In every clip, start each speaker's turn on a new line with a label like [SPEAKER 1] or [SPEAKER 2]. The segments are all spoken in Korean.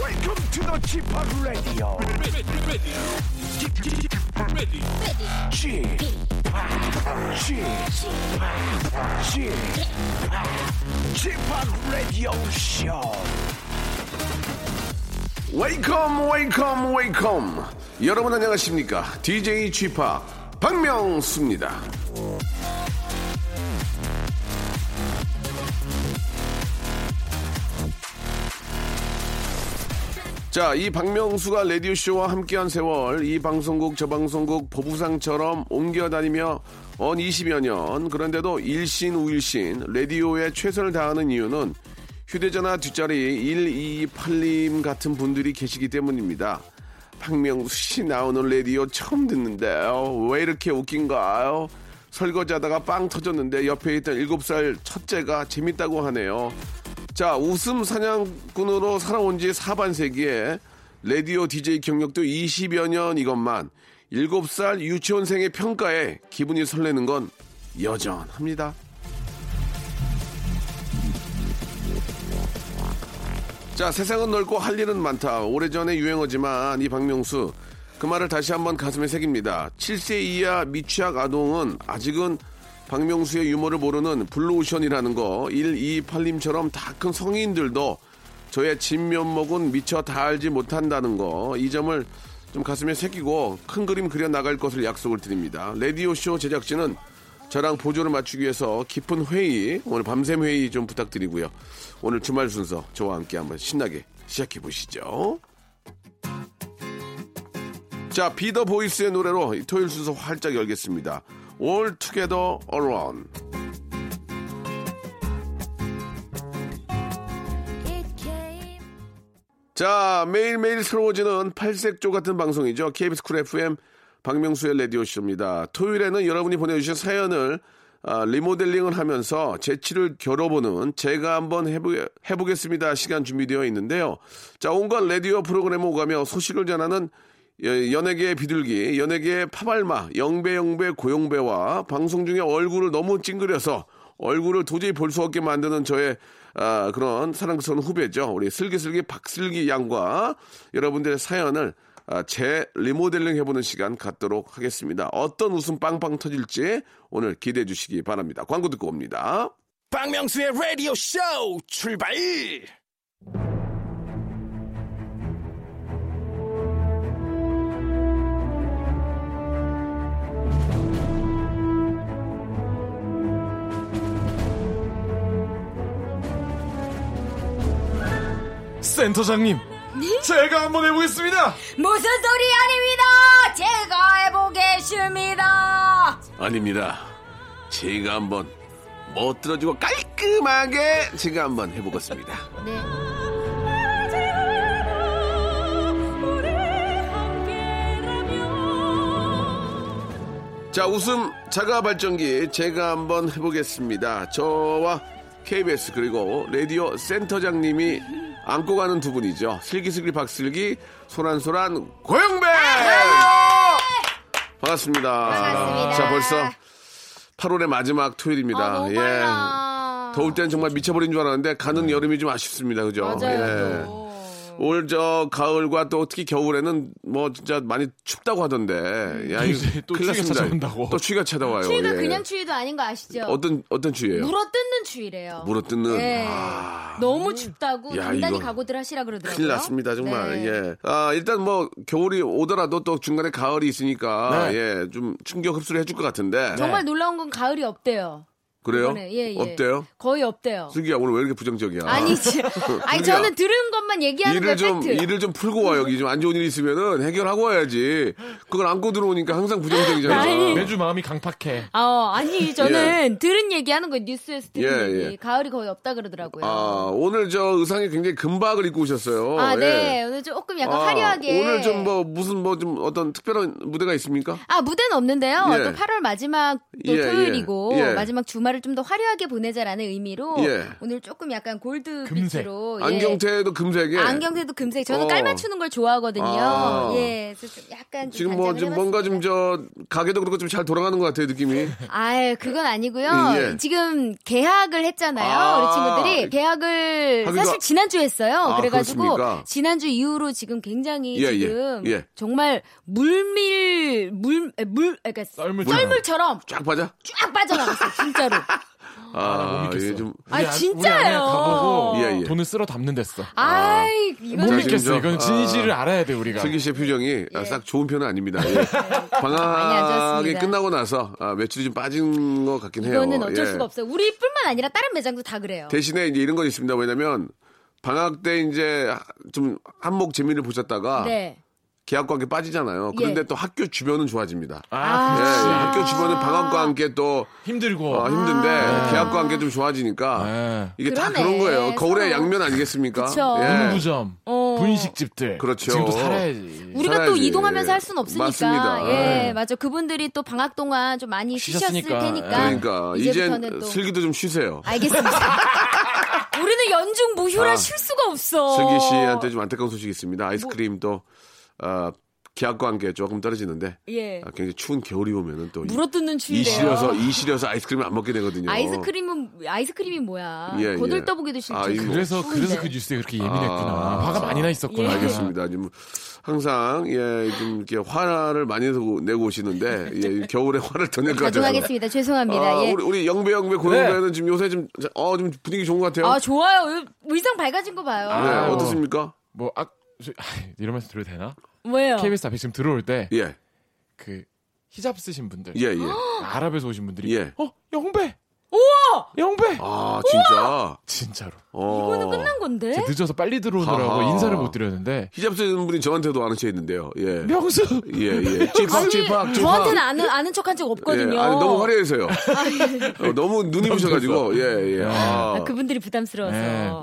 [SPEAKER 1] Welcome to the g p o p Radio.
[SPEAKER 2] ready, ready, ready, ready.
[SPEAKER 1] g p o p g p o p g p o p Radio Show.
[SPEAKER 3] 웨이컴 웨이컴 웨이컴 여러분 안녕하십니까 DJ g p o p 박명수입니다 자, 이 박명수가 라디오쇼와 함께한 세월, 이 방송국, 저 방송국, 보부상처럼 옮겨다니며 언 20여 년, 그런데도 일신, 우일신, 라디오에 최선을 다하는 이유는 휴대전화 뒷자리 1282님 같은 분들이 계시기 때문입니다. 박명수 씨 나오는 라디오 처음 듣는데요. 왜 이렇게 웃긴가요? 설거지하다가 빵 터졌는데 옆에 있던 7살 첫째가 재밌다고 하네요. 자, 웃음 사냥꾼으로 살아온 지 사반세기에 라디오 DJ 경력도 20여 년 이것만 7살 유치원생의 평가에 기분이 설레는 건 여전합니다. 자, 세상은 넓고 할 일은 많다. 오래전의 유행어지만 이 박명수 그 말을 다시 한번 가슴에 새깁니다. 7세 이하 미취학 아동은 아직은 박명수의 유머를 모르는 블루오션이라는 거 128님처럼 다 큰 성인들도 저의 진면목은 미처 다 알지 못한다는 거 이 점을 좀 가슴에 새기고 큰 그림 그려 나갈 것을 약속을 드립니다. 라디오 쇼 제작진은 저랑 보조를 맞추기 위해서 깊은 회의, 오늘 밤샘 회의 좀 부탁드리고요. 오늘 주말 순서 저와 함께 한번 신나게 시작해 보시죠. 자, 비더 보이스의 노래로 이 토요일 순서 활짝 열겠습니다. All Together Around. 자, 매일매일 새로워지는 팔색조 같은 방송이죠. KBS 쿨 FM 박명수의 라디오쇼입니다. 토요일에는 여러분이 보내주신 사연을 아, 리모델링을 하면서 재치를 겨뤄보는 제가 한번 해보, 해보겠습니다 시간 준비되어 있는데요. 자, 온갖 라디오 프로그램을 오가며 소식을 전하는 예, 연예계의 비둘기, 연예계의 파발마, 영배영배 고영배와 방송 중에 얼굴을 너무 찡그려서 얼굴을 도저히 볼 수 없게 만드는 저의 아, 그런 사랑스러운 후배죠. 우리 슬기슬기 박슬기 양과 여러분들의 사연을 아, 재 리모델링 해보는 시간 갖도록 하겠습니다. 어떤 웃음 빵빵 터질지 오늘 기대해 주시기 바랍니다. 광고 듣고 옵니다.
[SPEAKER 1] 박명수의 라디오 쇼 출발.
[SPEAKER 4] 센터장님, 제가 한번 해보겠습니다.
[SPEAKER 5] 무슨 소리 아닙니다. 제가 해보겠습니다.
[SPEAKER 3] 아닙니다. 제가 한번 멋들어주고 깔끔하게 제가 한번 해보겠습니다.
[SPEAKER 5] 네.
[SPEAKER 3] 자, 웃음 자가 발전기 제가 한번 해보겠습니다. 저와 KBS 그리고 라디오 센터장님이 안고 가는 두 분이죠. 슬기슬기 박슬기, 소란소란 고영배! 반갑습니다.
[SPEAKER 5] 반갑습니다.
[SPEAKER 3] 자, 벌써 8월의 마지막 토요일입니다.
[SPEAKER 5] 아, 너무
[SPEAKER 3] 예.
[SPEAKER 5] 빨라.
[SPEAKER 3] 더울 땐 정말 미쳐버린 줄 알았는데 가는 여름이 좀 아쉽습니다. 그죠? 예.
[SPEAKER 5] 맞아요.
[SPEAKER 3] 올 저 가을과 또 특히 겨울에는 뭐 진짜 많이 춥다고 하던데 야 이거
[SPEAKER 4] 이제 또
[SPEAKER 3] 큰일 났습니다.
[SPEAKER 4] 추위가 찾아온다고.
[SPEAKER 3] 또 추위가 찾아와요.
[SPEAKER 5] 추위가
[SPEAKER 3] 예.
[SPEAKER 5] 그냥 추위도 아닌 거 아시죠?
[SPEAKER 3] 어떤 어떤 추위예요?
[SPEAKER 5] 물어뜯는 추위래요.
[SPEAKER 3] 물어뜯는.
[SPEAKER 5] 네.
[SPEAKER 3] 아,
[SPEAKER 5] 너무 춥다고
[SPEAKER 3] 야,
[SPEAKER 5] 단단히
[SPEAKER 3] 이거
[SPEAKER 5] 각오들 하시라 그러더라고요.
[SPEAKER 3] 큰일 났습니다 정말.
[SPEAKER 5] 네.
[SPEAKER 3] 예. 아 일단 뭐 겨울이 오더라도 또 중간에 가을이 있으니까
[SPEAKER 4] 네.
[SPEAKER 3] 예좀 충격 흡수를 해줄 것 같은데.
[SPEAKER 5] 정말 놀라운 건 가을이 없대요.
[SPEAKER 3] 그래요?
[SPEAKER 5] 이번에. 예, 예.
[SPEAKER 3] 네. 없대요?
[SPEAKER 5] 거의 없대요.
[SPEAKER 3] 슬기야 오늘 왜 이렇게 부정적이야?
[SPEAKER 5] 아니지. 아니
[SPEAKER 3] 그러니까
[SPEAKER 5] 저는 들은 것만 얘기하는
[SPEAKER 3] 일을
[SPEAKER 5] 거예요.
[SPEAKER 3] 좀
[SPEAKER 5] 팩트.
[SPEAKER 3] 일을 좀 풀고 와 여기 좀 안 좋은 일이 있으면은 해결하고 와야지. 그걸 안고 들어오니까 항상 부정적이잖아.
[SPEAKER 5] 아니.
[SPEAKER 4] 매주 마음이 강팍해.
[SPEAKER 5] 아, 아니 저는 들은 얘기하는 거예요. 뉴스에서 들은
[SPEAKER 3] 예,
[SPEAKER 5] 얘기.
[SPEAKER 3] 예.
[SPEAKER 5] 가을이 거의 없다 그러더라고요.
[SPEAKER 3] 아, 오늘 저 의상이 굉장히 금박을 입고 오셨어요.
[SPEAKER 5] 아,
[SPEAKER 3] 예.
[SPEAKER 5] 네. 오늘 조금 약간
[SPEAKER 3] 아,
[SPEAKER 5] 화려하게.
[SPEAKER 3] 오늘 좀 뭐 무슨 뭐 좀 어떤 특별한 무대가 있습니까?
[SPEAKER 5] 아, 무대는 없는데요.
[SPEAKER 3] 예.
[SPEAKER 5] 또 8월 마지막 또
[SPEAKER 3] 예, 예.
[SPEAKER 5] 토요일이고
[SPEAKER 3] 예.
[SPEAKER 5] 마지막 주말을 좀 더 화려하게 보내자라는 의미로
[SPEAKER 3] 예.
[SPEAKER 5] 오늘 조금 약간 골드
[SPEAKER 4] 금색.
[SPEAKER 5] 빛으로 예.
[SPEAKER 3] 안경테도 금색에
[SPEAKER 5] 안경테도 금색. 저는
[SPEAKER 3] 어.
[SPEAKER 5] 깔 맞추는 걸 좋아하거든요.
[SPEAKER 3] 아.
[SPEAKER 5] 예, 그래서 좀 약간 좀
[SPEAKER 3] 지금 뭐
[SPEAKER 5] 단장을
[SPEAKER 3] 지금 뭔가
[SPEAKER 5] 해봤습니다.
[SPEAKER 3] 좀 저 가게도 그렇고 좀 잘 돌아가는 것 같아요 느낌이.
[SPEAKER 5] 아유, 그건 아니고요.
[SPEAKER 3] 음, 예.
[SPEAKER 5] 지금 계약을 했잖아요.
[SPEAKER 3] 아.
[SPEAKER 5] 우리 친구들이 계약을
[SPEAKER 3] 하기가-
[SPEAKER 5] 사실 지난주 했어요.
[SPEAKER 3] 아,
[SPEAKER 5] 그래가지고
[SPEAKER 3] 그렇습니까?
[SPEAKER 5] 지난주 이후로 지금 굉장히
[SPEAKER 3] 예, 예,
[SPEAKER 5] 지금
[SPEAKER 3] 예.
[SPEAKER 5] 정말 물밀 물 에, 물 에, 그러니까
[SPEAKER 4] 썰물처럼.
[SPEAKER 5] 썰물처럼
[SPEAKER 3] 쫙 빠져.
[SPEAKER 5] 쫙 빠져나갔어요. 진짜로.
[SPEAKER 3] 아,
[SPEAKER 4] 못 믿겠어.
[SPEAKER 3] 예, 좀
[SPEAKER 5] 아,
[SPEAKER 4] 우리 안-
[SPEAKER 5] 진짜요?
[SPEAKER 4] 우리 아내가 가보고
[SPEAKER 3] 예, 예.
[SPEAKER 4] 돈을 쓸어 담는 데어
[SPEAKER 5] 아이 이거
[SPEAKER 4] 못
[SPEAKER 3] 자,
[SPEAKER 4] 믿겠어.
[SPEAKER 3] 지금 저-
[SPEAKER 4] 이건 진실을 알아야 돼 우리가.
[SPEAKER 3] 슬기 씨의 표정이
[SPEAKER 5] 예.
[SPEAKER 3] 아, 싹 좋은 편은 아닙니다. 예. 방학이
[SPEAKER 5] 앉았습니다.
[SPEAKER 3] 끝나고 나서 아, 매출이 좀 빠진 것 같긴 해요.
[SPEAKER 5] 이거는 어쩔
[SPEAKER 3] 예.
[SPEAKER 5] 수가 없어요. 우리뿐만 아니라 다른 매장도 다 그래요.
[SPEAKER 3] 대신에 이제 이런 건 있습니다. 왜냐면 방학 때 이제 좀 한몫 재미를 보셨다가
[SPEAKER 5] 네.
[SPEAKER 3] 계약과 함께 빠지잖아요. 그런데
[SPEAKER 5] 예.
[SPEAKER 3] 또 학교 주변은 좋아집니다. 예,
[SPEAKER 4] 아,
[SPEAKER 3] 예.
[SPEAKER 4] 그치.
[SPEAKER 3] 학교 주변은
[SPEAKER 5] 아.
[SPEAKER 3] 방학과 함께 또
[SPEAKER 4] 힘들고. 아.
[SPEAKER 3] 어, 힘든데 계약과 함께 좀 좋아지니까
[SPEAKER 4] 예.
[SPEAKER 3] 이게 다
[SPEAKER 5] 그러네.
[SPEAKER 3] 그런 거예요. 거울의
[SPEAKER 5] 서로.
[SPEAKER 3] 양면 아니겠습니까? 예.
[SPEAKER 5] 그쵸.
[SPEAKER 4] 문구점,
[SPEAKER 5] 어.
[SPEAKER 4] 분식집들.
[SPEAKER 3] 그렇죠.
[SPEAKER 4] 지금 또 살아야지.
[SPEAKER 5] 우리가 또
[SPEAKER 3] 살아야지.
[SPEAKER 5] 이동하면서 할 수는 없으니까.
[SPEAKER 3] 예. 맞습니다.
[SPEAKER 5] 예,
[SPEAKER 3] 예.
[SPEAKER 5] 맞아. 그분들이 또 방학 동안 좀 많이 쉬셨을
[SPEAKER 4] 아, 쉬셨으니까.
[SPEAKER 5] 테니까.
[SPEAKER 3] 그러니까
[SPEAKER 5] 아, 이제부터는
[SPEAKER 3] 이젠
[SPEAKER 5] 또 아,
[SPEAKER 3] 슬기도 좀 쉬세요.
[SPEAKER 5] 알겠습니다. 우리는 연중 무휴라
[SPEAKER 3] 아,
[SPEAKER 5] 쉴 수가 없어.
[SPEAKER 3] 슬기 씨한테 좀 안타까운 소식이 있습니다. 아이스크림도 아, 계약과 함께 조금 떨어지는데
[SPEAKER 5] 예.
[SPEAKER 3] 아, 굉장히 추운 겨울이 오면은 또 이-
[SPEAKER 5] 물어뜯는
[SPEAKER 3] 이 시려서
[SPEAKER 5] 추위래요.
[SPEAKER 3] 이 시려서 아이스크림을 안 먹게 되거든요.
[SPEAKER 5] 아이스크림은 아이스크림이 뭐야?
[SPEAKER 3] 예, 예.
[SPEAKER 5] 거들떠보기도 싫죠.
[SPEAKER 3] 아, 이거-
[SPEAKER 4] 그래서
[SPEAKER 5] 추운데.
[SPEAKER 4] 그래서 그 뉴스에 그렇게 예민했구나.
[SPEAKER 3] 아,
[SPEAKER 4] 화가 많이 나 있었구나.
[SPEAKER 5] 예.
[SPEAKER 3] 알겠습니다. 지금 항상 예, 좀 이렇게 화를 많이 내고, 내고 오시는데 예, 겨울에 화를 더 낼 것 같아요.
[SPEAKER 5] 가져가겠습니다. 죄송합니다.
[SPEAKER 3] 아,
[SPEAKER 5] 예.
[SPEAKER 3] 우리 우리 영배 영배
[SPEAKER 4] 네.
[SPEAKER 3] 고영배는 지금 요새 좀, 어, 좀 분위기 좋은 것 같아요.
[SPEAKER 5] 아 좋아요. 의- 의상 밝아진 거 봐요.
[SPEAKER 3] 예,
[SPEAKER 4] 아유.
[SPEAKER 3] 어떻습니까?
[SPEAKER 4] 뭐 아, 저- 아, 이런 말씀 드려도 되나?
[SPEAKER 5] 뭐예요?
[SPEAKER 4] KBS 앞에 지금 들어올 때 그
[SPEAKER 3] 예,
[SPEAKER 4] 히잡 쓰신 분들,
[SPEAKER 3] 예, 예.
[SPEAKER 4] 아랍에서 오신 분들이
[SPEAKER 3] 예.
[SPEAKER 4] 어 영배, 우와 영배
[SPEAKER 3] 아 진짜.
[SPEAKER 4] 진짜로
[SPEAKER 3] 어.
[SPEAKER 5] 이거는 끝난 건데?
[SPEAKER 4] 제가 늦어서 빨리 들어오느라고
[SPEAKER 3] 아하.
[SPEAKER 4] 인사를 못 드렸는데
[SPEAKER 3] 히잡 쓰는 분이 저한테도 아는 채 있는데요. 예.
[SPEAKER 4] 명수
[SPEAKER 3] 예, 예. 찌팍,
[SPEAKER 5] 네. 아니,
[SPEAKER 3] 찌팍, 찌팍.
[SPEAKER 5] 저한테는 아는 아는 척한 적
[SPEAKER 3] 예,
[SPEAKER 5] 없거든요. 예.
[SPEAKER 3] 아니, 너무 화려해서요. 어, 너무 눈이 부셔가지고, 예, 예. 아,
[SPEAKER 5] 아, 그분들이 부담스러워서.